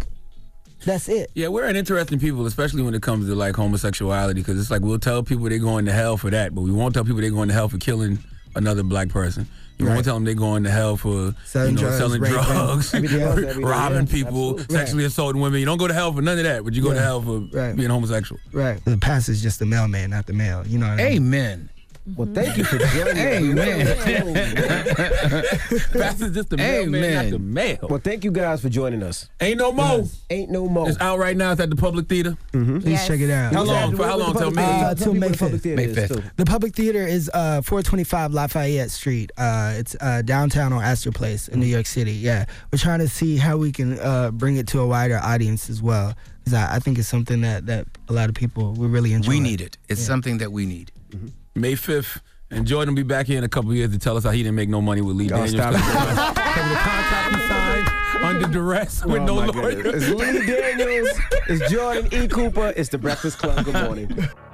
S19: That's it.
S1: Yeah, we're an interesting people, especially when it comes to like homosexuality, because it's like we'll tell people they're going to hell for that, but we won't tell people they're going to hell for killing another black person. You won't tell them they're going to hell for
S18: Selling
S1: you know,
S18: drugs,
S1: selling
S18: raping,
S1: drugs,
S18: everything else that we do,
S1: robbing
S18: yeah,
S1: people,
S18: absolutely.
S1: sexually assaulting women. You don't go to hell for none of that, but you go to
S19: Yeah.
S1: hell for being homosexual.
S19: Right. The pastor's just the mailman, not the mail. You know what I mean?
S16: Amen.
S9: Well, thank you for joining us.
S1: Pastor's just the mailman, not the mail.
S9: Well, thank you guys for joining us.
S1: Ain't no more.
S9: Ain't no more.
S1: It's out right now. It's at the Public Theater.
S9: Mm-hmm.
S1: Please check it out. How long? For how long? Tell me.
S19: Uh, till May
S1: Public
S19: fifth.
S1: Theater May is, 5th. too.
S19: The public theater is uh, 425 Lafayette Street. Uh, it's uh, downtown on Astor Place in New York City. Yeah, we're trying to see how we can uh, bring it to a wider audience as well, because I, I think it's something that that a lot of people we really enjoy.
S16: We need it. It's something that we need.
S1: Mm-hmm. May fifth. And Jordan will be back here in a couple years to tell us how he didn't make no money with Lee Daniels. under duress
S16: Oh,
S1: with no lawyer.
S9: It's Lee Daniels, it's Jordan E. Cooper, it's the Breakfast Club. Good morning.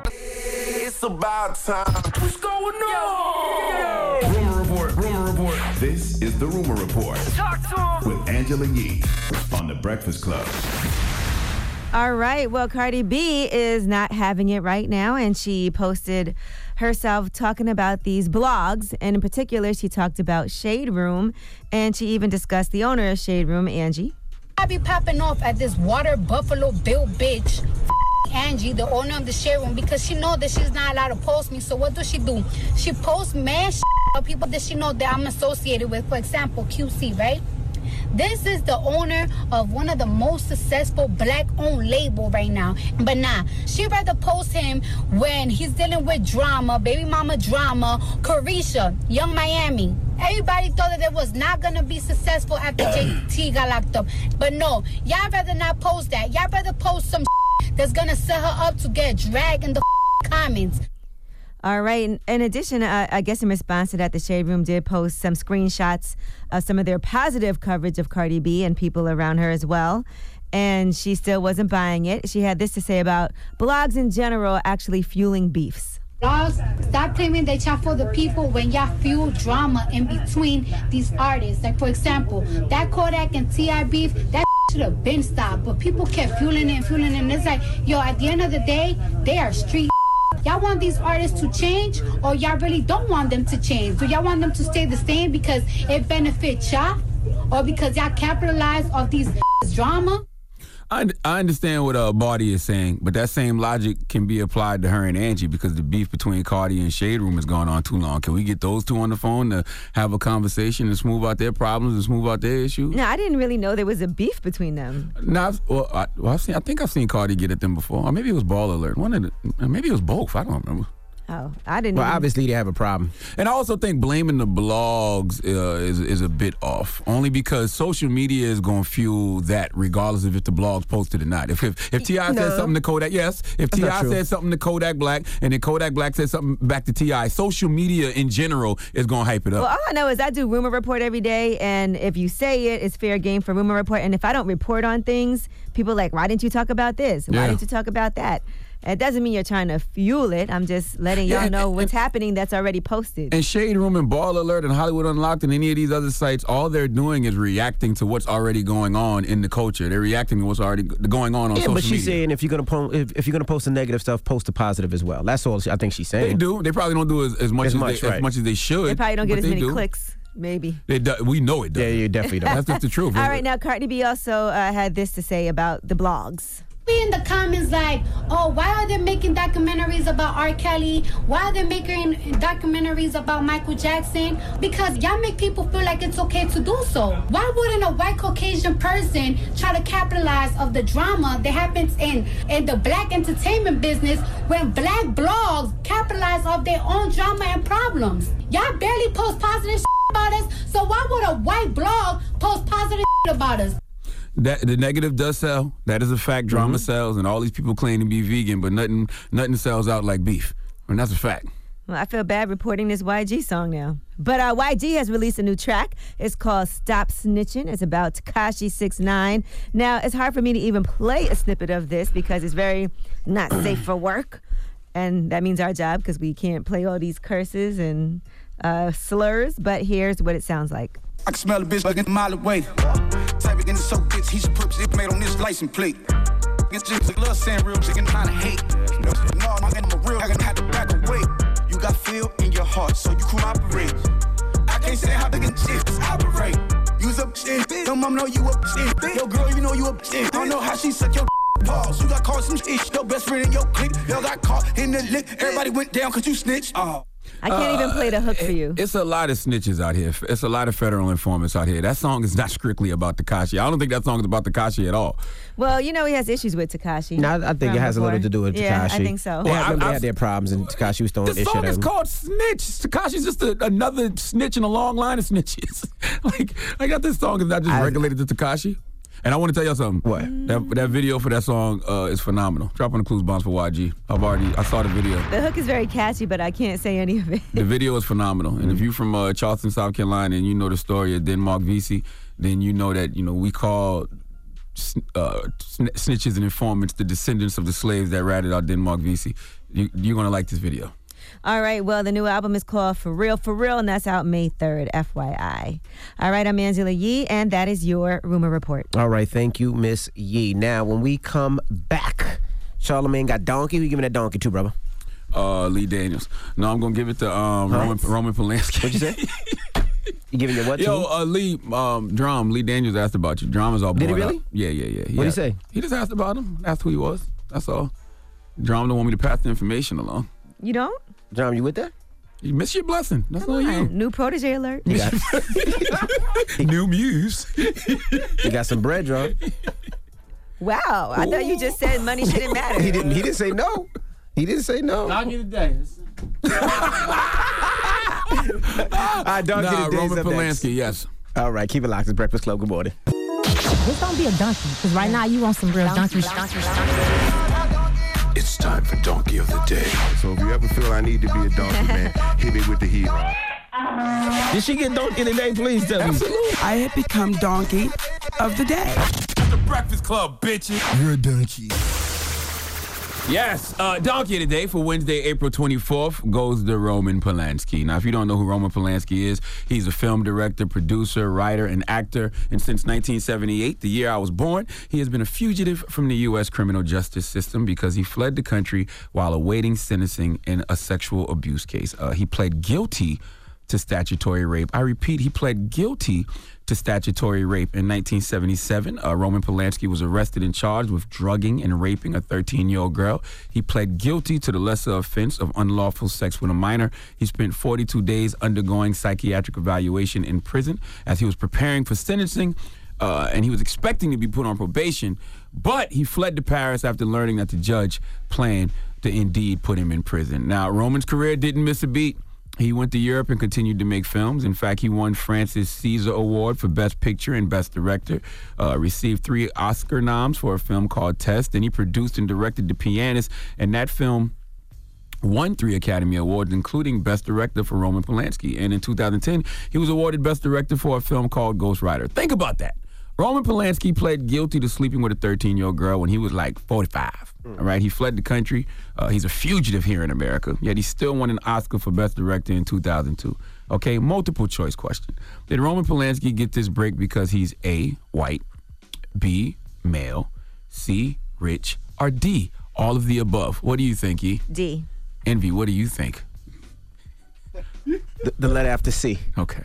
S2: It's about time. What's going on? Rumor report. Rumor report. This is the rumor report with Angela Yee on the Breakfast Club.
S10: All right. Well, Cardi B is not having it right now, and she posted herself talking about these blogs. And in particular, she talked about Shade Room, and she even discussed the owner of Shade Room, Angie.
S20: I be popping off at this water buffalo bill bitch, f- Angie, the owner of the share room, because she know that she's not allowed to post me. So what does she do? She posts mad shit of people that she know that I'm associated with. For example, QC, right? This is the owner of one of the most successful black-owned label right now. But nah, she rather post him when he's dealing with drama, baby mama drama, Carisha, Young Miami. Everybody thought that it was not gonna be successful after JT got locked up. But no, y'all rather not post that. Y'all rather post some that's gonna set her up to get dragged in the comments.
S10: All right. In- In addition, uh, I guess in response to that, the Shade Room did post some screenshots of some of their positive coverage of Cardi B and people around her as well. And she still wasn't buying it. She had this to say about blogs in general actually fueling beefs.
S20: Dogs, stop claiming that y'all for the people when y'all fuel drama in between these artists. Like, for example, that Kodak and T.I. beef, that should have been stopped, but people kept fueling it and fueling it. And it's like, yo, at the end of the day, they are street. Y'all want these artists to change, or y'all really don't want them to change? Do y'all want them to stay the same because it benefits y'all, or because y'all capitalize off these drama?
S1: I, I understand what uh, Barty is saying, but that same logic can be applied to her and Angie because the beef between Cardi and Shade Room has gone on too long. Can we get those two on the phone to have a conversation and smooth out their problems and smooth out their issues?
S10: No, I didn't really know there was a beef between them.
S1: No, I've, well, I, well, I've seen. I think I've seen Cardi get at them before, or maybe it was Ball Alert. One of the, maybe it was both. I don't remember.
S10: Oh, I didn't.
S1: Well,
S10: even-
S1: obviously they have a problem, and I also think blaming the blogs uh, is is a bit off. Only because social media is going to fuel that, regardless of if the blogs posted or not. If if, if Ti said
S2: No.
S1: something to Kodak, yes. If
S2: That's
S1: Ti
S2: not true.
S1: said something to Kodak Black, and then Kodak Black said something back to Ti, social media in general is going to hype it up.
S10: Well, all I know is I do rumor report every day, and if you say it, it's fair game for rumor report. And if I don't report on things, people are like, why didn't you talk about this? Why
S1: Yeah.
S10: didn't you talk about that? It doesn't mean you're trying to fuel it. I'm just letting y'all
S1: Yeah,
S10: know what's happening that's already posted.
S1: And Shade Room and Ball Alert and Hollywood Unlocked and any of these other sites, all they're doing is reacting to what's already going on in the culture. They're reacting to what's already go- going on on
S9: Yeah,
S1: social
S9: but
S1: media.
S9: she's saying if you're gonna po- if, if you're gonna post the negative stuff, post the positive as well. That's all she, I think she's saying.
S1: They do. They probably don't do as, as much
S9: As
S1: as,
S9: much,
S1: they,
S9: right.
S1: as much as they should.
S10: They probably don't
S1: but
S10: get as
S1: they
S10: many
S1: do.
S10: clicks, maybe.
S1: They do, we know it. Does. Yeah,
S9: you definitely don't.
S1: That's just the truth.
S10: All right, now Cardi B also uh, had this to say about the blogs.
S20: Be in the comments like, oh, why are they making documentaries about R. Kelly? Why are they making documentaries about Michael Jackson? Because y'all make people feel like it's okay to do so. Why wouldn't a white Caucasian person try to capitalize of the drama that happens in in the black entertainment business when black blogs capitalize of their own drama and problems? Y'all barely post positive about us, so why would a white blog post positive about us?
S1: That the negative does sell. That is a fact.
S9: Mm-hmm.
S1: Drama sells, and all these people claim to be vegan, but nothing nothing sells out like beef. And that's a fact.
S10: Well, I feel bad reporting this YG song now. But uh, YG has released a new track. It's called Stop Snitching. It's about Takashi 69. Now, it's hard for me to even play a snippet of this because it's very not safe for work. And that means our job because we can't play all these curses and uh, slurs. But here's what it sounds like.
S21: I can smell a bitch bugging a mile away. Type of nigga so bitch, he's puts it made on this license plate. Niggas just love saying real shit and trying to hate. No, no, I'm getting real, I gonna have to back away. You got feel in your heart, so you cooperate. I can't say how big and shit just operate. You's a shit, your mom know you a shit. Your girl, you know you a shit. Don't know how she suck your balls. You got caught some shit. Your best friend in your clique, y'all got caught in the lick. Everybody went down cause you snitched. Oh.
S10: I can't even play the hook for you.
S1: It's a lot of snitches out here. It's a lot of federal informants out here. That song is not strictly about Takashi. I don't think that song is about Takashi at all.
S10: Well, you know he has issues with Takashi.
S9: No, I I think it has a little to do with Takashi.
S10: Yeah, I think so.
S9: They, had, they had their problems, and Takashi was throwing
S1: The
S9: this shit
S1: song
S9: at
S1: is
S9: him.
S1: called Snitch. Takashi's just a, another snitch in a long line of snitches. like, I got this song is not just regulated to Takashi. And I want to tell y'all something. What? That, that video for that song uh, is phenomenal. Drop on the clues bombs for YG. I've already, I saw the video.
S10: The hook is very catchy, but I can't say any of it.
S1: The video is phenomenal. And if you're from uh, Charleston, South Carolina, and you know the story of Denmark VC, then you know that you know we call sn- uh, sn- snitches and informants the descendants of the slaves that ratted out Denmark VC. You, you're gonna like this video.
S10: All right, well, the new album is called For Real, For Real, and that's out May 3rd, FYI. All right, I'm Angela Yee, and that is your rumor report.
S9: All right, thank you, Miss Yee. Now, when we come back, Charlemagne got donkey. Who you giving that donkey to, brother?
S1: Uh, Lee Daniels. No, I'm gonna give it to um,
S9: Huh?
S1: Roman, Roman Polanski. What you say?
S9: you giving your what?
S1: Yo, uh, Lee, um, Drum, Lee Daniels asked about you. Drum is all
S9: Did he
S1: born
S9: really?
S1: Up. Yeah, yeah, yeah.
S9: What'd he
S1: had-
S9: say?
S1: He just asked about him. Asked who he was. That's all. Drum don't want me to pass the information along.
S10: You don't?
S9: Drum, you with that?
S1: You miss your blessing. That's all
S10: All
S1: you.
S10: right, new protege alert.
S1: New muse.
S9: he got some bread, Drum.
S10: Wow, I thought you just said money shouldn't matter.
S9: he didn't. He didn't say no. He didn't say no.
S10: Donkey
S1: today.
S9: I don't
S1: Nah,
S9: get a
S1: Roman Polanski, yes.
S9: All right, keep it locked. It's Breakfast Club. Good morning.
S4: This don't be a donkey, because right now you want some real donkey.
S2: It's time for Donkey of the Day. So if you ever feel I need to be a donkey, man, hit me with the heat.
S6: Did she get donkey today? Please tell me. I had become donkey of the day.
S1: The Breakfast Club, bitches.
S6: You're a donkey.
S1: Yes, uh, donkey today for Wednesday, April 24th goes to Roman Polanski. Now, if you don't know who Roman Polanski is, he's a film director, producer, writer, and actor. And since 1978, the year I was born, he has been a fugitive from the U.S. criminal justice system because he fled the country while awaiting sentencing in a sexual abuse case. Uh, he pled guilty to statutory rape. I repeat, he pled guilty to statutory rape in 1977. Uh, Roman Polanski was arrested and charged with drugging and raping a 13 year old girl. He pled guilty to the lesser offense of unlawful sex with a minor. He spent 42 days undergoing psychiatric evaluation in prison as he was preparing for sentencing. Uh, and he was expecting to be put on probation, but he fled to Paris after learning that the judge planned to indeed put him in prison. Now, Roman's career didn't miss a beat. He went to Europe and continued to make films. In fact, he won Francis Caesar Award for Best Picture and Best Director, uh, received three Oscar noms for a film called Test, and he produced and directed The Pianist. And that film won three Academy Awards, including Best Director for Roman Polanski. And in 2010, he was awarded Best Director for a film called Ghost Rider. Think about that. Roman Polanski pled guilty to sleeping with a 13 year old girl when he was like 45. All right, he fled the country. Uh, he's a fugitive here in America, yet he still won an Oscar for Best Director in 2002. Okay, multiple choice question. Did Roman Polanski get this break because he's A, white, B, male, C, rich, or D, all of the above? What do you think, E?
S10: D.
S1: Envy, what do you think?
S9: The, the letter after C.
S1: Okay.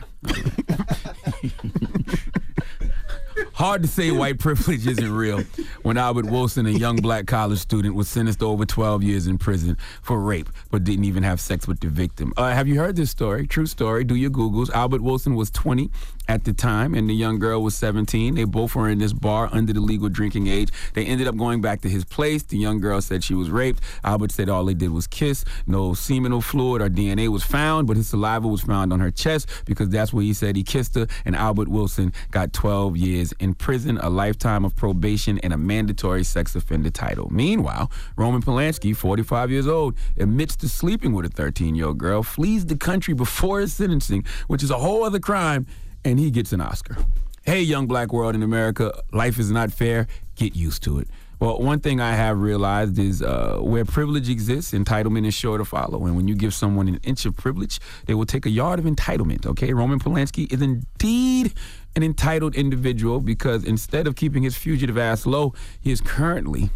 S1: Hard to say white privilege isn't real when Albert Wilson, a young black college student, was sentenced to over 12 years in prison for rape, but didn't even have sex with the victim. Uh, have you heard this story? True story. Do your Googles. Albert Wilson was 20 at the time, and the young girl was 17. They both were in this bar under the legal drinking age. They ended up going back to his place. The young girl said she was raped. Albert said all they did was kiss. No seminal fluid or DNA was found, but his saliva was found on her chest because that's where he said he kissed her. And Albert Wilson got 12 years in prison, a lifetime of probation, and a mandatory sex offender title. Meanwhile, Roman Polanski, 45 years old, admits to sleeping with a 13 year old girl, flees the country before his sentencing, which is a whole other crime, and he gets an Oscar. Hey, young black world in America, life is not fair. Get used to it. Well, one thing I have realized is uh, where privilege exists, entitlement is sure to follow. And when you give someone an inch of privilege, they will take a yard of entitlement, okay? Roman Polanski is indeed an entitled individual because instead of keeping his fugitive ass low, he is currently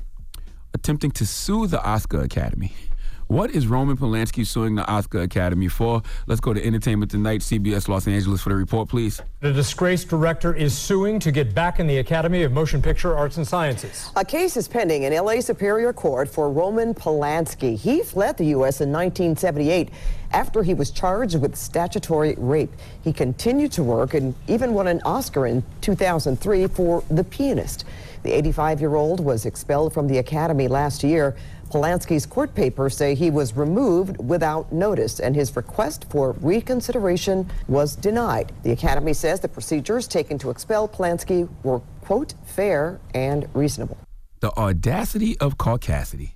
S1: attempting to sue the Oscar Academy What is Roman Polanski suing the Oscar Academy for? Let's go to Entertainment Tonight, CBS Los Angeles for the report, please.
S5: The disgraced director is suing to get back in the Academy of Motion Picture Arts and Sciences.
S22: A case is pending in LA Superior Court for Roman Polanski. He fled the U.S. in 1978 after he was charged with statutory rape. He continued to work and even won an Oscar in 2003 for The Pianist. The 85 year old was expelled from the Academy last year. Polanski's court papers say he was removed without notice and his request for reconsideration was denied. The Academy says the procedures taken to expel Polanski were, quote, fair and reasonable.
S1: The audacity of caucasity.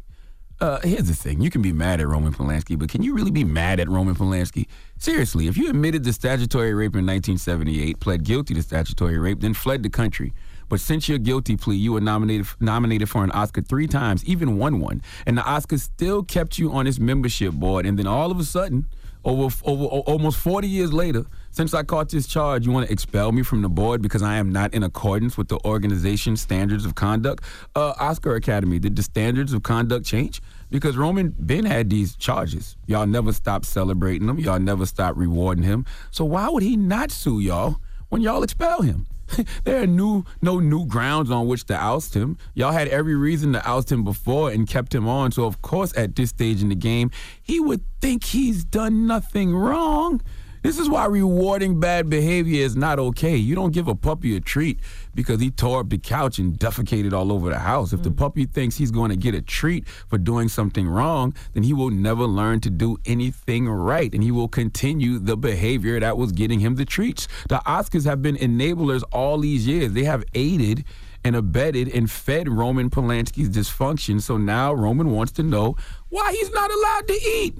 S1: Uh, here's the thing: you can be mad at Roman Polanski, but can you really be mad at Roman Polanski? Seriously, if you admitted to statutory rape in 1978, pled guilty to statutory rape, then fled the country. But since your guilty plea, you were nominated nominated for an Oscar three times, even won one, and the Oscars still kept you on its membership board. And then all of a sudden, over over o- almost 40 years later, since I caught this charge, you want to expel me from the board because I am not in accordance with the organization's standards of conduct. Uh, Oscar Academy, did the standards of conduct change? Because Roman Ben had these charges. Y'all never stopped celebrating him. Y'all never stopped rewarding him. So why would he not sue y'all when y'all expel him? there are new no new grounds on which to oust him. Y'all had every reason to oust him before and kept him on. So of course, at this stage in the game, he would think he's done nothing wrong. This is why rewarding bad behavior is not okay. You don't give a puppy a treat because he tore up the couch and defecated all over the house. If the puppy thinks he's going to get a treat for doing something wrong, then he will never learn to do anything right and he will continue the behavior that was getting him the treats. The Oscars have been enablers all these years, they have aided and abetted and fed Roman Polanski's dysfunction. So now Roman wants to know why he's not allowed to eat.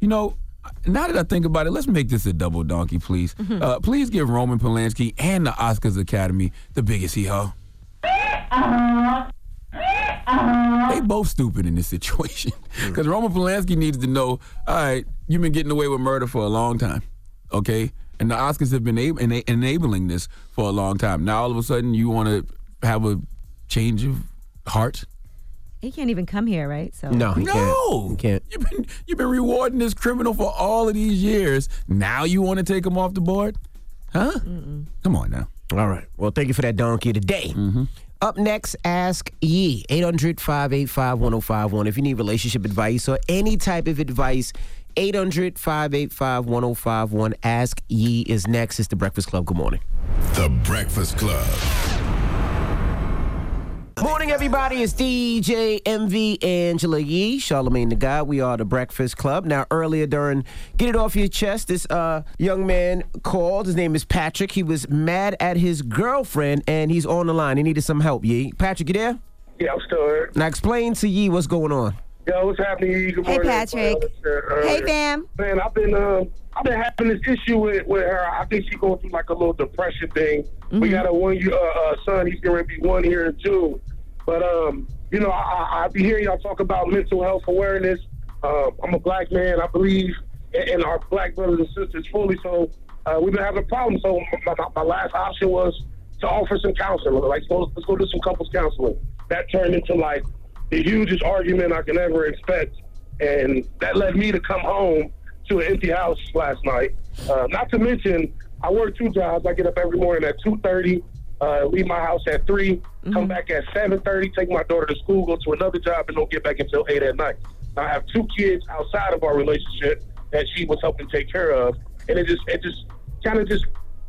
S1: You know, now that I think about it, let's make this a double donkey, please. Uh, please give Roman Polanski and the Oscars Academy the biggest hee haw. They both stupid in this situation because Roman Polanski needs to know. All right, you've been getting away with murder for a long time, okay? And the Oscars have been ab- ena- enabling this for a long time. Now all of a sudden you want to have a change of heart?
S10: He can't even come here, right? So
S1: no, you can't. You've been you've been rewarding this criminal for all of these years. Now you want to take him off the board, huh? Come on now. Mm-hmm.
S9: All right. Well, thank you for that donkey today. Up next, ask Yee, 800 585 1051. If you need relationship advice or any type of advice, 800 585 1051. Ask Yee is next. It's the Breakfast Club. Good morning.
S2: The Breakfast Club.
S9: Morning, everybody. It's DJ MV Angela Yee, Charlemagne the Guy. We are the Breakfast Club. Now, earlier during Get It Off Your Chest, this uh, young man called. His name is Patrick. He was mad at his girlfriend, and he's on the line. He needed some help, Yee. Patrick, you there?
S11: Yeah, I'm still here.
S9: Now, explain to Yee what's going on.
S11: Yo, what's happening? Good
S9: Hey,
S11: morning.
S9: Patrick.
S11: Hey, fam. Uh, Man, I've been uh, I've been having this issue with, with her. I think she's going through like a little depression thing. We got a one year uh, uh, son. He's going to be one here in June. But um, you know, I, I, I be hearing y'all talk about mental health awareness. Uh, I'm a black man. I believe in, in our black brothers and sisters fully. So uh, we've been having a problem. So my, my, my last option was to offer some counseling. Like, so let's go do some couples counseling. That turned into like the hugest argument I can ever expect, and that led me to come home to an empty house last night. Uh, not to mention, I work two jobs. I get up every morning at two thirty, uh, leave my house at 3 come back at seven thirty, take my daughter to school, go to another job, and don't get back until eight at night. I have two kids outside of our relationship that she was helping take care of, and it just it just kind of just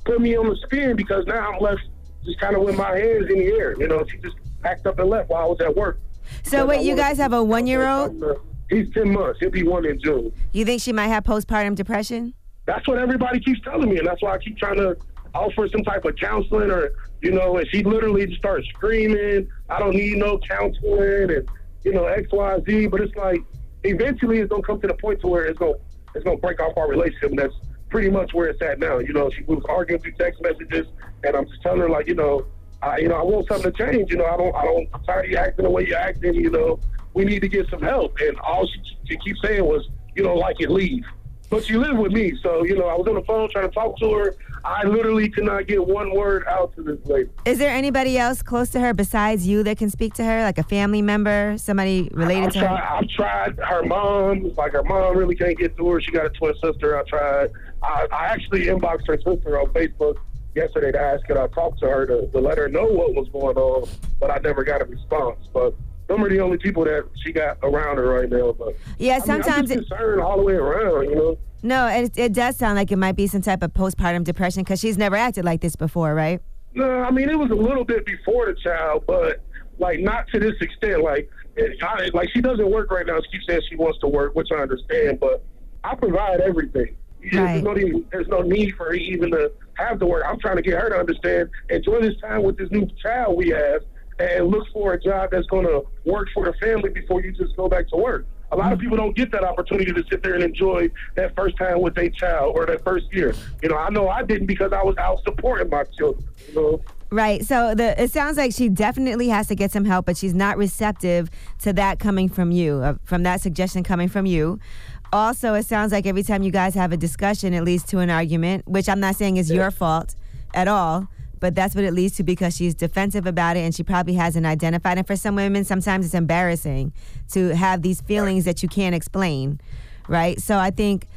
S11: put me on the spin because now I'm left just kind of with my hands in the air. You know, she just packed up and left while I was at work.
S10: So wait, you guys have a one-year-old?
S11: He's ten months. He'll be one in June.
S10: You think she might have postpartum depression?
S11: That's what everybody keeps telling me, and that's why I keep trying to offer some type of counseling, or you know, and she literally just starts screaming, "I don't need no counseling," and you know, X, Y, Z. But it's like, eventually, it's gonna come to the point to where it's gonna it's gonna break off our relationship, and that's pretty much where it's at now. You know, she we was arguing through text messages, and I'm just telling her like, you know, I you know, I want something to change. You know, I don't I don't I'm tired of you acting the way you're acting. You know, we need to get some help. And all she, she keeps saying was, you don't like it, leave. But she lived with me, so you know, I was on the phone trying to talk to her. I literally could not get one word out to this lady.
S10: Is there anybody else close to her besides you that can speak to her, like a family member, somebody related
S11: I've
S10: to
S11: tried,
S10: her?
S11: I've tried her mom. Like her mom really can't get through her. She got a twin sister. I tried. I, I actually inboxed her sister on Facebook yesterday to ask could I talk to her to, to let her know what was going on, but I never got a response. But them are the only people that she got around her right now. But
S10: Yeah,
S11: I mean,
S10: sometimes
S11: I'm
S10: it-
S11: just concerned all the way around. You know.
S10: No, it, it does sound like it might be some type of postpartum depression because she's never acted like this before, right?
S11: No, I mean it was a little bit before the child, but like not to this extent. Like, it, I, like she doesn't work right now. She keeps saying she wants to work, which I understand, but I provide everything. There's, no, need- there's no need for her even to have to work. I'm trying to get her to understand. Enjoy this time with this new child we have, and look for a job that's going to work for the family before you just go back to work. A lot of people don't get that opportunity to sit there and enjoy that first time with their child or that first year. You know, I know I didn't because I was out supporting my children. You know.
S10: Right. So the it sounds like she definitely has to get some help, but she's not receptive to that coming from you, uh, from that suggestion coming from you. Also, it sounds like every time you guys have a discussion, it leads to an argument, which I'm not saying is your fault at all, but that's what it leads to because she's defensive about it and she probably hasn't identified. And for some women, sometimes it's embarrassing to have these feelings that you can't explain, right? So I think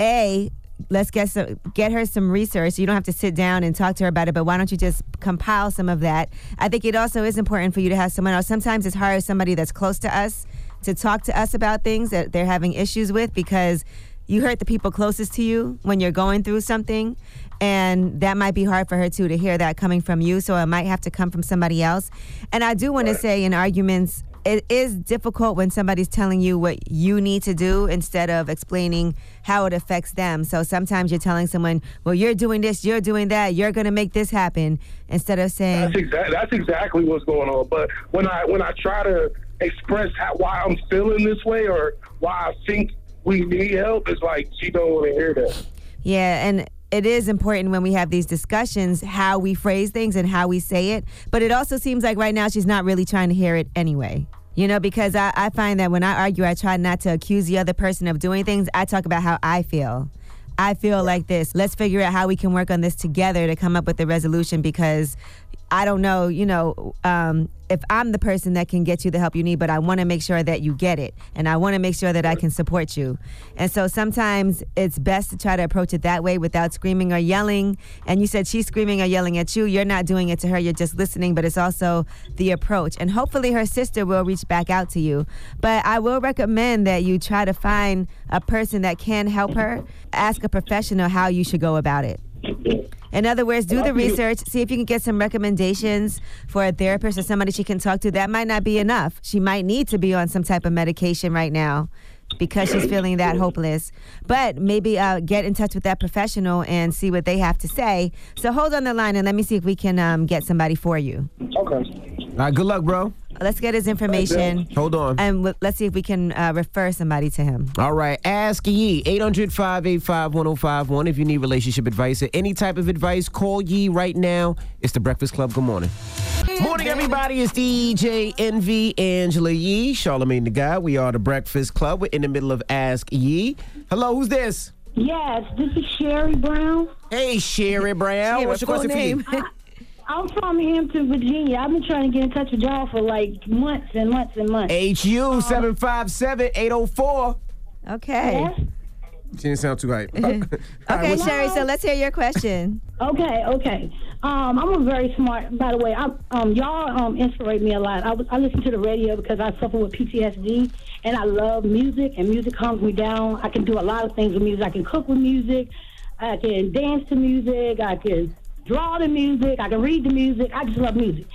S10: a let's get some get her some research you don't have to sit down and talk to her about it but why don't you just compile some of that i think it also is important for you to have someone else sometimes it's hard as somebody that's close to us to talk to us about things that they're having issues with because you hurt the people closest to you when you're going through something and that might be hard for her too to hear that coming from you so it might have to come from somebody else and i do want to say in arguments it is difficult when somebody's telling you what you need to do instead of explaining how it affects them. So sometimes you're telling someone, "Well, you're doing this, you're doing that, you're going to make this happen," instead of saying,
S11: That's exactly that's exactly what's going on. But when I when I try to express how, why I'm feeling this way or why I think we need help, it's like she don't want to hear that.
S10: Yeah, and it is important when we have these discussions how we phrase things and how we say it. But it also seems like right now she's not really trying to hear it anyway. You know, because I, I find that when I argue, I try not to accuse the other person of doing things. I talk about how I feel. I feel like this. Let's figure out how we can work on this together to come up with a resolution because I don't know, you know, um, if I'm the person that can get you the help you need, but I want to make sure that you get it. And I want to make sure that I can support you. And so sometimes it's best to try to approach it that way without screaming or yelling. And you said she's screaming or yelling at you. You're not doing it to her, you're just listening, but it's also the approach. And hopefully her sister will reach back out to you. But I will recommend that you try to find a person that can help her, ask a professional how you should go about it. In other words, do the research, see if you can get some recommendations for a therapist or somebody she can talk to. That might not be enough. She might need to be on some type of medication right now because she's feeling that hopeless. But maybe uh, get in touch with that professional and see what they have to say. So hold on the line and let me see if we can um, get somebody for you.
S11: Okay.
S9: All right, good luck, bro.
S10: Let's get his information.
S9: Hold on.
S10: And w- let's see if we can uh, refer somebody to him.
S9: All right, ask Yee, 800 585 1051. If you need relationship advice or any type of advice, call Yee right now. It's the Breakfast Club. Good morning. Morning, everybody. It's DJ NV Angela Yee, Charlemagne the Guy. We are the Breakfast Club. We're in the middle of Ask Yee. Hello, who's this?
S3: Yes, this is Sherry Brown.
S9: Hey, Sherry Brown. What's your question for you?
S3: I, I'm from Hampton, Virginia. I've been trying to get in touch with y'all for like months and months and months. Um,
S9: HU 757 804.
S10: Okay.
S9: She didn't sound too hype. okay,
S10: Okay, Sherry, so let's hear your question.
S3: Okay, okay. Um, I'm a very smart. By the way, I, um, y'all um, inspirate me a lot. I, was- I listen to the radio because I suffer with PTSD, and I love music. And music calms me down. I can do a lot of things with music. I can cook with music. I can dance to music. I can draw to music. I can read the music. I just love music.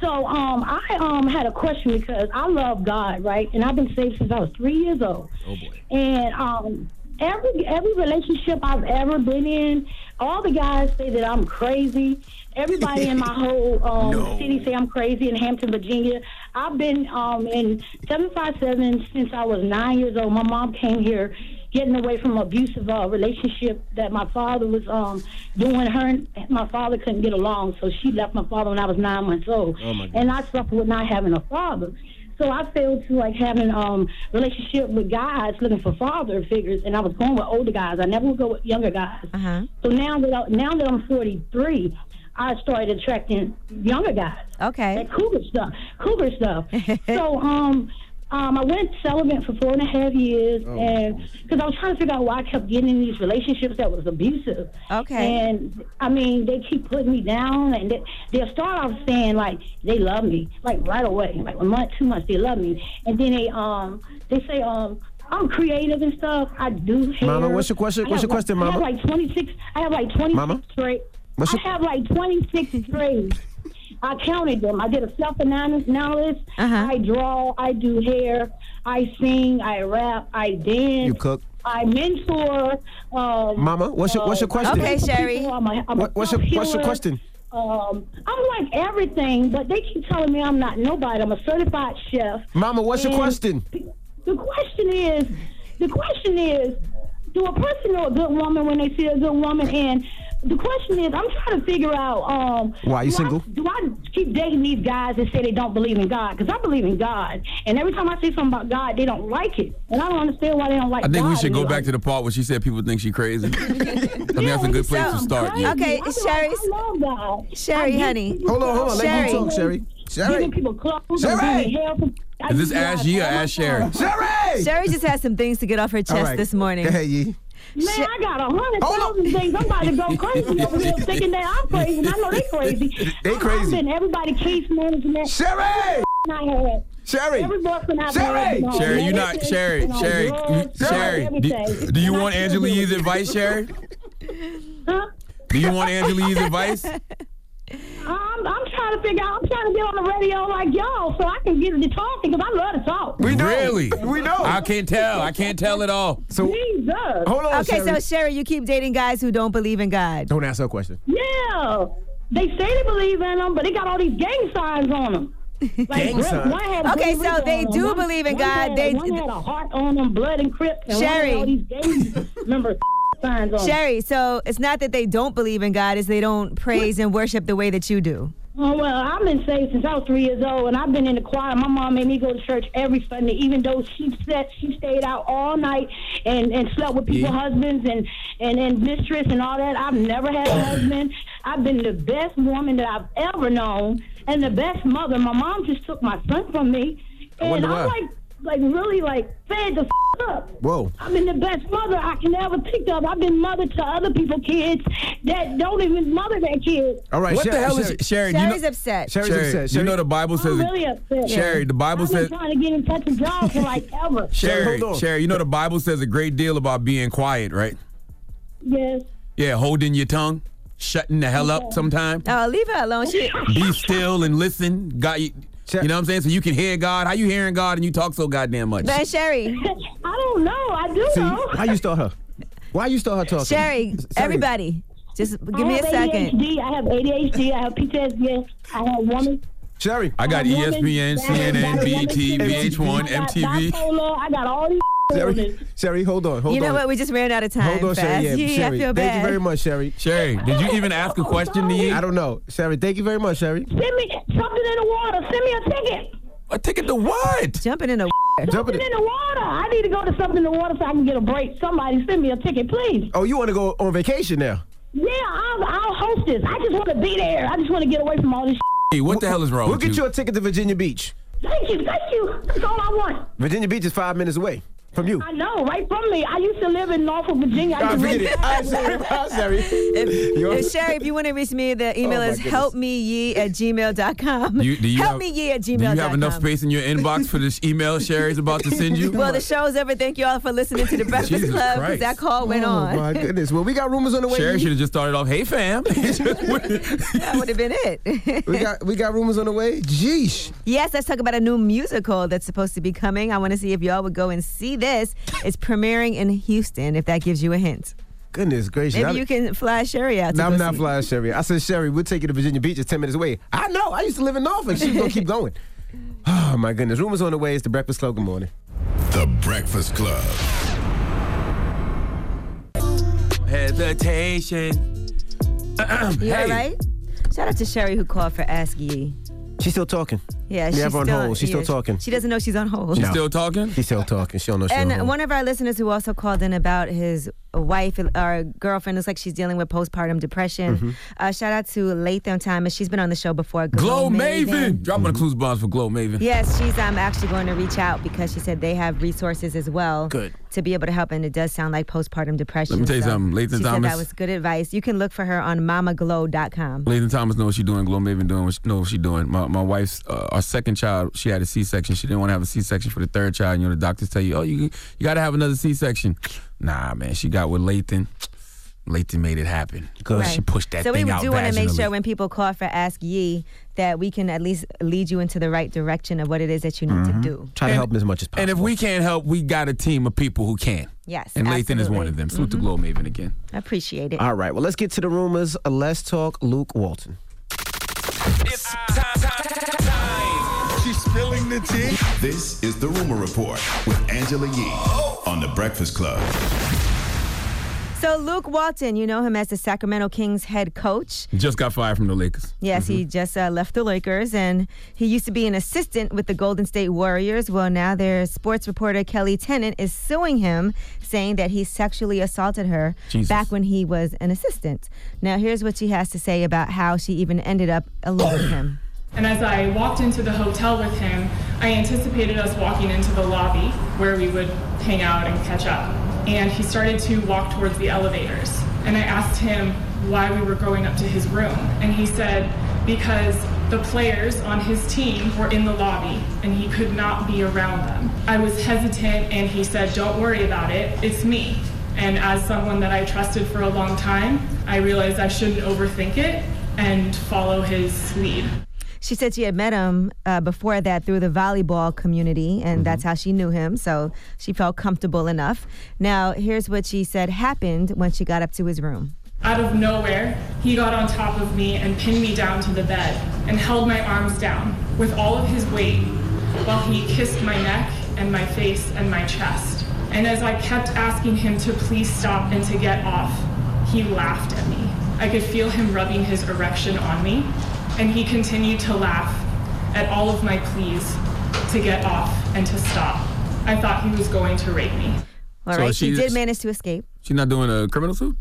S3: So um, I um, had a question because I love God, right? And I've been saved since I was three years old.
S8: Oh boy.
S3: And um, every every relationship I've ever been in, all the guys say that I'm crazy. Everybody in my whole um, city say I'm crazy in Hampton, Virginia. I've been um, in 757 since I was nine years old. My mom came here getting away from abusive uh, relationship that my father was um, doing. Her and my father couldn't get along, so she left my father when I was nine months old.
S8: Oh, my
S3: and I suffered with not having a father. So I failed to like having um relationship with guys looking for father figures, and I was going with older guys. I never would go with younger guys.
S10: Uh-huh.
S3: So now that I, now that I'm 43, I started attracting younger guys.
S10: Okay.
S3: That cougar stuff. Cougar stuff. so um. Um, I went celibate for four and a half years,
S10: Oh.
S3: and because I was trying to figure out why I kept getting in these relationships that was abusive.
S10: Okay.
S3: And I mean, they keep putting me down, and they, they'll start off saying like they love me, like right away, like a month, two months, they love me, and then they um they say um. I'm creative and stuff. I do hair.
S9: Mama, what's your question-
S3: I
S9: what's
S3: have
S9: your question,
S3: like- I
S9: Mama?
S3: have like 26. I have like 26
S9: Mama?
S3: straight.
S9: What's
S3: I
S9: your-
S3: have like 26 trades. I counted them. I did a self
S9: Uh-huh.
S3: analysis. I draw. I do hair. I sing. I rap. I dance.
S9: You cook.
S3: I mentor. Um,
S9: Mama, what's your- what's your
S3: uh,
S9: question?
S3: I
S9: Okay,
S3: mentor
S9: Sherry.
S3: people. I'm a- I'm a
S9: What- what's your- what's your
S3: self-healer.
S9: question?
S3: Um, I'm like everything, but they keep telling me I'm not nobody. I'm a certified chef.
S9: Mama, what's your
S3: And
S9: question?
S3: The question is, the question is, do a person know a good woman when they see a good woman? And the question is, I'm trying to figure out. Um,
S9: Why you
S3: do I-
S9: single?
S3: do I keep dating these guys that say they don't believe in God? Because I believe in God, and every time I say something about God, they don't like it, and I don't understand why they don't like.
S1: I think
S3: God
S1: we should go
S3: either.
S1: back to the part where she said people think she crazy. I think that's a good place to start. Yeah.
S10: Okay, Sherry. Sherry, honey.
S3: Hold on, hold on. Let
S10: Sherry.
S3: me talk, Sherry.
S9: Sherry.
S3: people clothes
S9: Sherry.
S3: and giving help. I
S1: Is this
S3: just
S1: Ash
S3: realized
S1: Yee or
S3: all Oh my
S1: Ash Sherry?
S3: problems.
S10: Sherry just had some things to get off her chest
S9: right.
S10: this morning.
S9: Go ahead, Yee.
S3: Man, I got a hundred thousand things. I'm about to go crazy over here thinking that I'm crazy. And I know they crazy.
S9: They
S3: I've
S9: crazy.
S3: been everybody case management.
S9: Sherry!
S3: I had.
S9: Sherry!
S3: Every boyfriend I've
S1: Sherry,
S3: had. been on
S1: Sherry, you
S3: medicine
S1: not Sherry,
S3: and on
S1: Sherry,
S3: drugs and
S1: Sherry.
S3: on
S1: Do,
S3: everything.
S1: do you
S3: And I
S1: want
S3: still
S1: Angela
S3: do.
S1: Yee's advice, Sherry?
S3: Huh?
S1: Do you want Angela Yee's advice?
S3: I'm, I'm trying to figure out. I'm trying to get on the radio like y'all so I can get to talking because I love to talk.
S1: Really? We know. I can't tell. I can't tell at all.
S9: So
S3: Jesus.
S10: Okay, so Sherry, you keep dating guys who don't believe in God.
S9: Don't ask her a question.
S3: Yeah. They say they believe in them, but they got all these gang signs on them.
S10: Gang signs? Okay, so they do believe in God.
S3: Had,
S10: They-
S3: one had a heart on them, blood and crypt. And
S10: Sherry.
S3: One had all these gang member signs on 'em.
S10: Sherry, so it's not that they don't believe in God, it's they don't praise and worship the way that you do.
S3: Oh, well, I've been saved since I was three years old, and I've been in the choir. My mom made me go to church every Sunday, even though she said she stayed out all night and, and slept with people's husbands and, and, and mistress and all that. I've never had a husband. I've been the best woman that I've ever known and the best mother. My mom just took my son from me,
S9: I
S3: and
S9: wonder
S3: I'm
S9: why.
S3: like, like really like fed the f- up.
S9: Whoa.
S3: I've been the best mother I can ever pick up. I've been mother to other people's kids that don't even mother their kids.
S9: All right,
S1: What the
S9: Sherry-
S1: hell is
S9: Sherry-
S1: Sherry? you
S10: Sherry's
S1: know-
S10: upset.
S1: Sherry, you know the Bible says.
S3: I'm really upset.
S1: Sherry, the Bible
S3: I've
S1: says.
S3: been trying to get in touch with y'all for like ever.
S1: Sherry, Sherry, you know the Bible says a great deal about being quiet, right?
S3: Yes.
S1: Yeah, holding your tongue, shutting the hell up sometime.
S10: Oh, leave her alone. She
S1: Be still and listen. God, you, you know what I'm saying? So you can hear God. How you hearing God and you talk so goddamn much?
S10: Man, Sherry.
S3: I don't know. I do
S9: See, why you start her? Why you start her talking?
S10: Sherry, everybody, just give me a
S3: I have
S10: second.
S3: ADHD. I have ADHD. I have PTSD. I have woman.
S9: Sherry.
S1: I got E ESPN,
S3: woman, that is not
S1: CNN,
S3: a woman.
S1: BT, VH1,
S3: I got
S1: MTV.
S3: bipolar. I got all these.
S9: Sherry, Sherry, hold on, hold
S10: You
S9: on.
S10: know what? We just ran out of time.
S9: Hold on,
S10: fast.
S9: Sherry. Yeah,
S10: Yee,
S9: Sherry.
S10: I feel
S9: thank
S10: bad.
S9: you very much, Sherry.
S1: Sherry, did you even ask a question to you?
S9: I don't know, Sherry. Thank you very much, Sherry.
S3: Send me something in the water. Send me a ticket.
S1: A ticket to what?
S10: Jumping in the
S9: Jumping
S3: Something in the water. I need to go to something in the water so I can get a break. Somebody send me a ticket, please.
S9: Oh, you want to go on vacation now?
S3: Yeah, I'll, I'll host this. I just want to be there. I just want to get away from all this.
S1: Hey, what the hell is wrong
S9: We'll
S1: with
S9: get
S1: you?
S9: you a ticket to Virginia Beach.
S3: Thank you, thank you. That's all I want.
S9: Virginia Beach is five minutes away from you.
S3: I know, right from me. I used to live in Norfolk, Virginia.
S9: Ah,
S3: used to
S9: forget
S3: live-
S9: it. All right, Sherry. Bye, Sherry. You
S10: If- Uh, Sherry, if you want to reach me, the email
S1: Oh, my
S10: is
S1: goodness.
S10: helpmeye at gmail.com.
S1: You- do you
S10: help
S1: have-
S10: me ye at
S1: Do you
S10: gmail.com.
S1: have enough space in your inbox for this email Sherry's about to send you?
S10: Well, the show's over. Thank you all for listening to The Breakfast
S1: Jesus
S10: Club because
S1: Christ.
S10: that call went
S1: Oh,
S10: on.
S1: my
S9: goodness. Well, we got rumors on the way.
S1: Sherry
S9: Yee.
S1: should have just started off, hey fam.
S10: that would have been it.
S9: we got we got rumors on the way. Jeesh.
S10: Yes, let's talk about a new musical that's supposed to be coming. I want to see if y'all would go and see this. It's premiering in Houston, if that gives you a hint.
S9: Goodness gracious.
S10: Maybe
S9: I-
S10: you can fly Sherry out. To
S9: No,
S10: go
S9: I'm not
S10: see.
S9: flying Sherry. I said, Sherry, we'll take you to Virginia Beach. It's 10 minutes away. I know. I used to live in Norfolk. She's going to keep going. Oh, my goodness. Rumors on the way. It's The Breakfast Club. Good morning.
S2: The Breakfast Club.
S1: Hesitation.
S10: You all right? Shout out to Sherry who called for Ask Ye.
S9: She's still talking.
S10: Yeah,
S9: we
S10: she's
S9: have her on
S10: still,
S9: hold. She's
S10: yeah,
S9: still talking.
S10: She doesn't know she's on hold.
S9: No. She's still talking. She don't know she's on
S10: And
S9: hold.
S10: one of our listeners who also called in about his wife or girlfriend looks like she's dealing with postpartum depression.
S1: Mhm.
S10: Uh, shout out to Latham Thomas. She's been on the show before.
S1: Glow Maven. Dropping the clues bombs for Glow Maven.
S10: Yes, she's um, actually going to reach out because she said they have resources as well
S1: Good.
S10: to be able to help. And it does sound like postpartum depression.
S1: Let me tell you
S10: so
S1: something, Lathan
S10: she said
S1: Thomas.
S10: that was good advice. You can look for her on mamaglow.com.
S1: Lathan Thomas knows what she's doing. Glow Maven doing what she knows what she's doing. My, my wife's uh, our second child. She had a C-section. She didn't want to have a C-section for the third child. You know the doctors tell you, oh, you you got to have another C-section. Nah, man. She got with Lathan. Lathan made it happen. Cause she
S10: Right.
S1: pushed that
S10: so
S1: thing
S10: we
S1: out
S10: do want to make
S1: vaginally.
S10: sure when people call for Ask Ye that we can at least lead you into the right direction of what it is that you need
S1: Mhm.
S10: to do.
S1: And-
S9: as much as
S1: And if we can't help, we got a team of people who can.
S10: Yes,
S1: And Lathan is one of them. Salute to Glow Maven again.
S10: I appreciate it.
S9: All right. Well, let's get to the rumors. Uh, Let's talk Luke Walton.
S2: It's time, She's spilling the tea. This is the Rumor Report with Angela Yee on The Breakfast Club.
S10: So Luke Walton, you know him as the Sacramento Kings head coach.
S1: Just got fired from the Lakers.
S10: Yes,
S9: Mm-hmm.
S10: he just uh, left the Lakers, and he used to be an assistant with the Golden State Warriors. Well, now their sports reporter Kelly Tennant is suing him, saying that he sexually assaulted her
S7: Jesus.
S10: back when he was an assistant. Now, here's what she has to say about how she even ended up alone with him.
S7: And as I walked into the hotel with him, I anticipated us walking into the lobby where we would hang out and catch up. And he started to walk towards the elevators. And I asked him why we were going up to his room. And he said, because the players on his team were in the lobby and he could not be around them. I was hesitant and he said, don't worry about it, it's me. And as someone that I trusted for a long time, I realized I shouldn't overthink it and follow his lead.
S10: She said she had met him uh, before that through the volleyball community, and that's how she knew him. So she felt comfortable enough. Now, here's what she said happened when she got up to his room.
S7: Out of nowhere, he got on top of me and pinned me down to the bed and held my arms down with all of his weight while he kissed my neck and my face and my chest. And as I kept asking him to please stop and to get off, he laughed at me. I could feel him rubbing his erection on me, and he continued to laugh at all of my pleas to get off and to stop. I thought he was going to rape me.
S10: All right,
S1: So
S10: she,
S1: she-
S10: did manage to escape.
S1: She's not doing a criminal suit?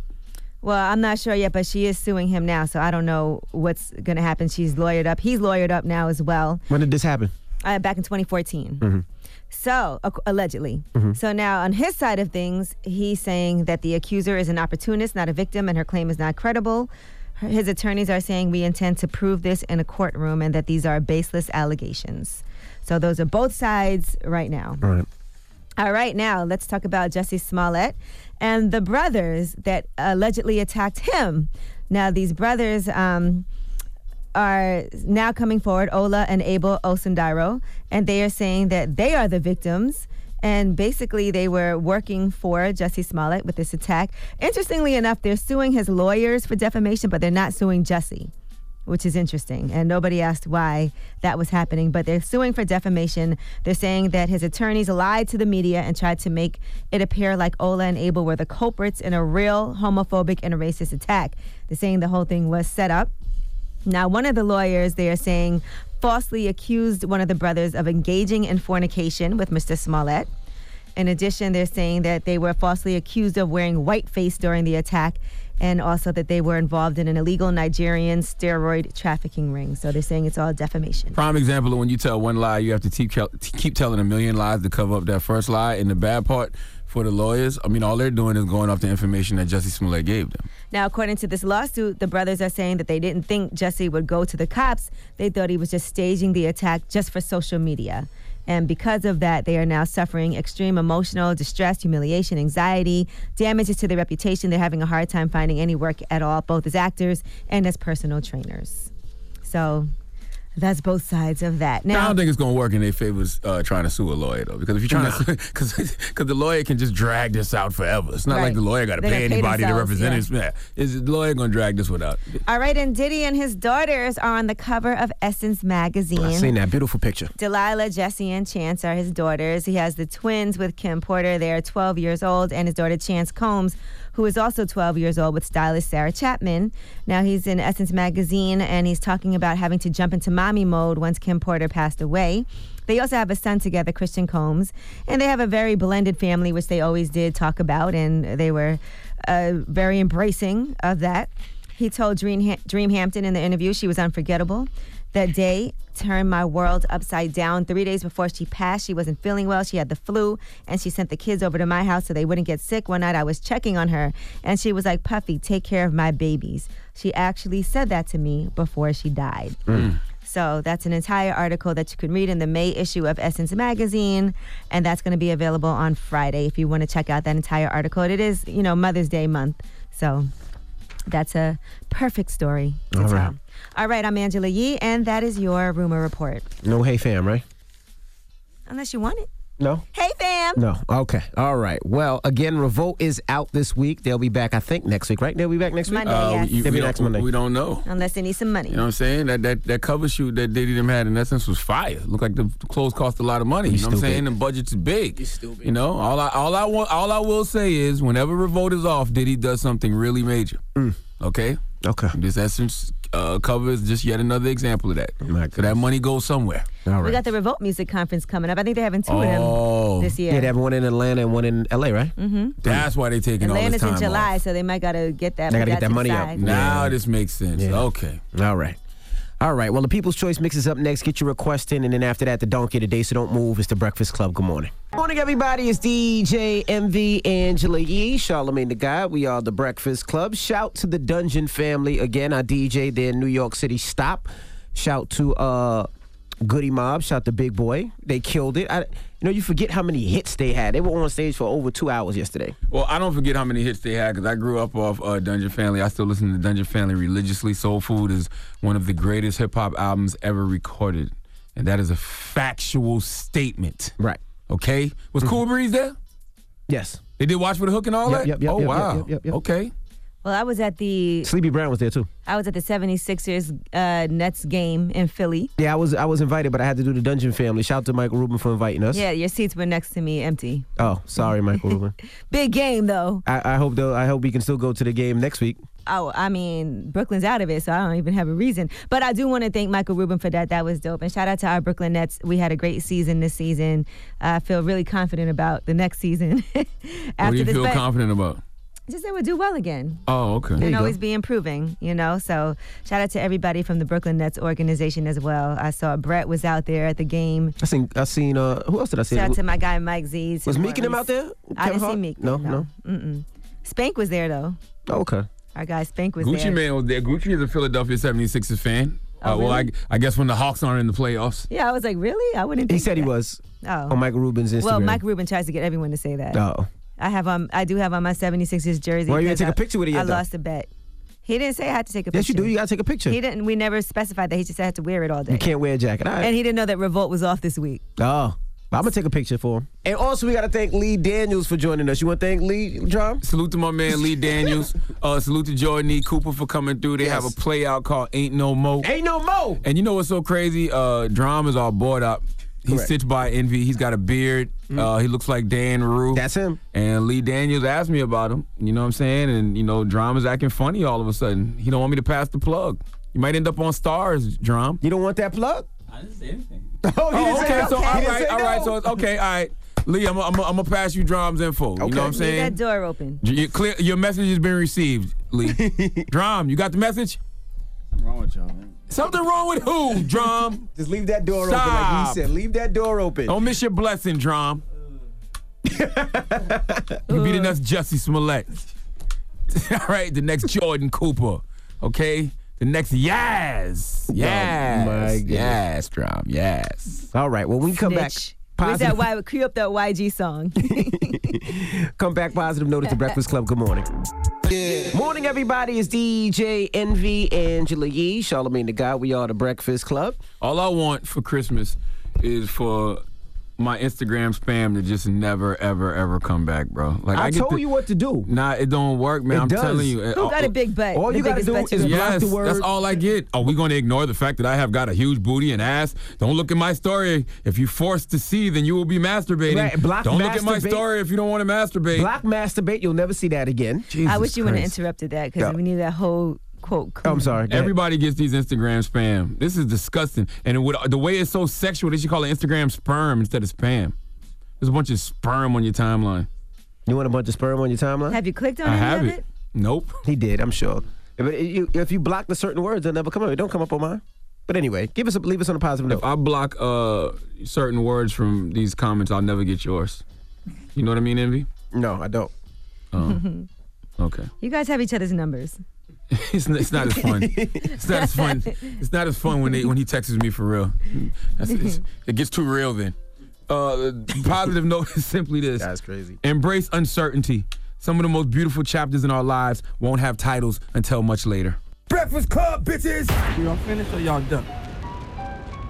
S10: Well, I'm not sure yet, but she is suing him now, so I don't know what's going to happen. She's lawyered up. He's lawyered up now as well.
S9: When did this happen?
S10: Uh, back in 2014.
S9: Mm-hmm.
S10: So, ac- allegedly.
S9: Mhm.
S10: So now, on his side of things, he's saying that the accuser is an opportunist, not a victim, and her claim is not credible. Her- His attorneys are saying we intend to prove this in a courtroom and that these are baseless allegations. So, those are both sides right now.
S9: All right.
S10: All right, now let's talk about Jesse Smollett and the brothers that allegedly attacked him. Now, these brothers um, are now coming forward, Ola and Abel Osundaro, and they are saying that they are the victims. And basically, they were working for Jesse Smollett with this attack. Interestingly enough, they're suing his lawyers for defamation, but they're not suing Jesse which is interesting. And nobody asked why that was happening, but they're suing for defamation. They're saying that his attorneys lied to the media and tried to make it appear like Ola and Abel were the culprits in a real homophobic and racist attack. They're saying the whole thing was set up. Now, one of the lawyers, they are saying, falsely accused one of the brothers of engaging in fornication with Mr. Smollett. In addition, they're saying that they were falsely accused of wearing whiteface during the attack and also that they were involved in an illegal Nigerian steroid trafficking ring. So they're saying it's all defamation.
S1: Prime example of when you tell one lie, you have to keep, keep telling a million lies to cover up that first lie. And the bad part for the lawyers, I mean, all they're doing is going off the information that Jesse Smollett gave them.
S10: Now, according to this lawsuit, the brothers are saying that they didn't think Jesse would go to the cops. They thought he was just staging the attack just for social media. And because of that, they are now suffering extreme emotional distress, humiliation, anxiety, damages to their reputation. They're having a hard time finding any work at all, both as actors and as personal trainers. So that's both sides of that.
S1: I
S10: Now,
S1: don't think it's going to work in their favor uh, trying to sue a lawyer, though, because if you're trying to, because the lawyer can just drag this out forever. It's not like
S10: Right.
S1: the lawyer got to
S10: They're
S1: pay
S10: gonna pay
S1: anybody to
S10: themselves,
S1: represent
S10: yeah.
S1: his man. Is the lawyer going to drag this one out?
S10: all right, and Diddy and his daughters are on the cover of Essence magazine.
S9: I seen that beautiful picture.
S10: Delilah, Jesse, and Chance are his daughters. He has the twins with Kim Porter. They are 12 years old, and his daughter Chance Combs, who is also 12 years old, with stylist Sarah Chapman. Now he's in Essence magazine, and he's talking about having to jump into mommy mode once Kim Porter passed away. They also have a son together, Christian Combs, and they have a very blended family, which they always did talk about, and they were uh, very embracing of that. He told Dream, ha- Dream Hampton in the interview she was unforgettable. That day turned my world upside down. Three days before she passed, she wasn't feeling well. She had the flu, and she sent the kids over to my house so they wouldn't get sick. One night I was checking on her, and she was like, Puffy, take care of my babies. She actually said that to me before she died. So that's an entire article that you can read in the May issue of Essence Magazine, and that's going to be available on Friday if you want to check out that entire article. And it is, you know, Mother's Day month, so that's a perfect story.
S9: All right.
S10: All right, I'm Angela Yee, and that is your rumor report.
S9: No hey fam, right?
S10: Unless you want it.
S9: No.
S10: Hey, fam.
S9: No. Okay. All right. Well, again, Revolt is out this week. They'll be back, I think, next week, right? They'll be back next week.
S10: Monday, Uh, yes.
S1: you-
S9: They'll
S1: we
S9: be
S1: don't-
S9: next Monday.
S1: we don't know.
S10: Unless they need some money.
S1: You know what I'm saying? That that that cover shoot that Diddy them had in essence was fire. Looked like the clothes cost a lot of money. You,
S9: You
S1: know what I'm
S9: stupid.
S1: saying? The budget's big. You stupid. You know, all I all I want all I will say is whenever Revolt is off, Diddy does something really major. Okay?
S9: Mm. Okay.
S1: This essence uh, cover is just yet another example of that. So that money goes somewhere.
S9: Oh All
S10: We got the Revolt Music Conference coming up. I think they're having two of
S1: Oh.
S10: them this year.
S9: Yeah, they have one in Atlanta and one in LA, right?
S10: Mm-hmm.
S1: That's why they taking all this
S10: Atlanta's
S1: time
S10: in July, so they might gotta get that.
S9: They gotta
S10: put
S9: get that
S10: to the
S9: money out.
S10: side.
S1: Now this makes sense. Okay.
S9: All right. All right. Well, the People's Choice mix is up next. Get your request in, and then after that, the donkey today. So don't move. It's the Breakfast Club. Good morning. Morning, everybody. It's DJ MV Angela Yee, Charlemagne the Guy. We are the Breakfast Club. Shout to the Dungeon family again. Our DJ there in New York City. Stop. Shout to uh Goody Mob. Shout to Big Boy. They killed it. I, you know, you forget how many hits they had. They were on stage for over two hours yesterday.
S1: Well, I don't forget how many hits they had because I grew up off uh, Dungeon Family. I still listen to Dungeon Family religiously. Soul Food is one of the greatest hip hop albums ever recorded, and that is a factual statement.
S9: Right. Mm-hmm.
S1: Okay. Was Cool Breeze there?
S9: Yes.
S1: They did Watch for the Hook and all
S9: Yep,
S1: that.
S9: yep, yep,
S1: oh
S9: yep,
S1: wow.
S9: yep, yep, yep.
S1: Okay.
S10: Well, I was at the
S9: Sleepy Brown was there too.
S10: I was at the 76ers uh, Nets game in Philly.
S9: Yeah, I was I was invited, but I had to do the Dungeon Family. Shout out to Michael Rubin for inviting us.
S10: Yeah, your seats were next to me, empty.
S9: Oh, sorry, Michael Rubin.
S10: Big game though.
S9: I, I hope though. I hope we can still go to the game next week.
S10: Oh, I mean, Brooklyn's out of it, so I don't even have a reason. But I do want to thank Michael Rubin for that. That was dope. And shout out to our Brooklyn Nets. We had a great season this season. I feel really confident about the next season. After
S1: what do you
S10: this,
S1: feel
S10: but
S1: confident about?
S10: Just that we'll do well again.
S1: Oh, okay.
S10: and always be improving, you know. So shout out to everybody from the Brooklyn Nets organization as well. I saw Brett was out there at the game.
S9: I seen I seen uh who else did I see?
S10: Shout out to my guy Mike Z's.
S9: Was Meek and him out there?
S10: I
S9: Kevin
S10: didn't see
S9: Hart?
S10: Meek.
S9: No, no.
S10: Mm-mm. Spank was there though.
S9: Oh, okay.
S10: Our guy Spank was
S1: Gucci
S10: there.
S1: Man was there. Gucci is a Philadelphia 76ers fan.
S10: Oh,
S1: uh, well, I,
S10: really?
S1: I guess when the Hawks aren't in the playoffs.
S10: Yeah, I was like, really? I wouldn't.
S9: He
S10: Think
S9: said he was
S10: Oh.
S9: on Michael Rubin's Instagram.
S10: Well, Mike Rubin tries to get everyone to say that.
S9: Oh,
S10: I have um, I do have on my 76ers jersey.
S9: Why you didn't
S10: because
S9: take a
S10: I-
S9: picture with it yet,
S10: I
S9: though?
S10: lost a bet. He didn't say I had to take a
S9: Yes,
S10: picture.
S9: you do. You gotta take a picture.
S10: He didn't. We never specified that. He just said I had to wear it all day.
S9: you can't wear a jacket. All right.
S10: And he didn't know that Revolt was off this week.
S9: oh, but I'm gonna take a picture for him. And also, we gotta thank Lee Daniels for joining us. You want to thank Lee, John?
S1: Salute to my man Lee Daniels. Uh, salute to Jordan E. Cooper for coming through. They have a play out called Ain't No Mo.
S9: Ain't No Mo.
S1: And you know what's so crazy? Uh, Drum is all bored up. He's
S9: Correct. Mm.
S1: stitched by envy. He's got a beard. Uh, he looks like Dan Rue.
S9: That's him.
S1: And Lee Daniels asked me about him. You know what I'm saying? And you know, Drum is acting funny all of a sudden. He don't want me to pass the plug. You might end up on stars, Drum.
S9: You don't want that plug?
S1: I didn't say anything.
S9: Oh, he didn't
S1: okay.
S9: say no.
S1: So all
S9: He
S1: right,
S9: didn't say
S1: all right. So it's okay, all right. Lee, I'm gonna I'm I'm pass you Drum's info. You know what I'm saying?
S10: Leave that door open.
S1: J- Your, clear, your message has been received, Lee. Drum, you got the message?
S12: What's wrong with y'all, man?
S1: Something wrong with who, Drum?
S12: Just leave that door
S1: Stop.
S12: open, like you said. Leave that door open.
S1: Don't miss your blessing, Drum. you be the next Jesse Smollett. All right, the next Jordan Cooper. Okay? The next Yaz.
S12: Oh
S1: Yes.
S9: my goodness.
S1: Yes, Drum. Yes.
S9: All right. Well, when we come
S10: Snitch.
S9: back.
S10: Where's that y- cue up that YG song?
S9: Come back positive note at the Breakfast Club. Good morning. Morning, everybody. It's DJ NV Angela Yee, Charlemagne the Guy. We are the Breakfast Club.
S1: All I want for Christmas is for my Instagram spam to just never, ever, ever come back, bro. Like
S9: I,
S1: get
S9: told
S1: the-
S9: you what to do.
S1: Nah, it don't work, man.
S9: It
S1: I'm
S9: does.
S1: telling you. It-
S10: Who got a big butt?
S9: All
S10: The
S9: you gotta
S10: biggest
S9: do
S10: butt you
S9: is
S10: got?
S9: block
S1: Yes,
S9: the word.
S1: that's all I get. Are we going to ignore the fact that I have got a huge booty and ass? Don't look at my story. If you forced to see, then you will be masturbating.
S9: Right, block
S1: don't look at my
S9: masturbate.
S1: story if you don't want to masturbate.
S9: Block masturbate. You'll never see that again.
S10: I wish you
S1: would
S10: wouldn't have interrupted that because
S9: Yeah.
S10: we knew that whole quote.
S9: Oh,
S1: I'm sorry. Everybody gets these Instagram spam. This is disgusting. And it would, the way it's so sexual, they should call it Instagram sperm instead of spam. There's a bunch of sperm on your timeline.
S9: You want a bunch of sperm on your timeline?
S10: Have you clicked on
S9: I
S10: any
S9: have
S10: of
S9: it.
S10: it?
S1: Nope.
S9: He did, I'm sure. But if you, if you block the certain words, they'll never come up. It don't come up on mine. But anyway, give us a, leave us on a positive note.
S1: If I block uh, certain words from these comments, I'll never get yours. You know what I mean, Envy?
S9: No, I don't.
S1: Oh, okay.
S10: you guys have each other's numbers.
S1: it's, not, it's not as fun. It's not as fun. It's not as fun when they when he texts me for real. That's, it's, it gets too real then. Uh, the positive note is simply this. That's
S9: crazy.
S1: Embrace uncertainty. Some of the most beautiful chapters in our lives won't have titles until much later.
S19: Breakfast Club, bitches. Y'all finished or y'all done?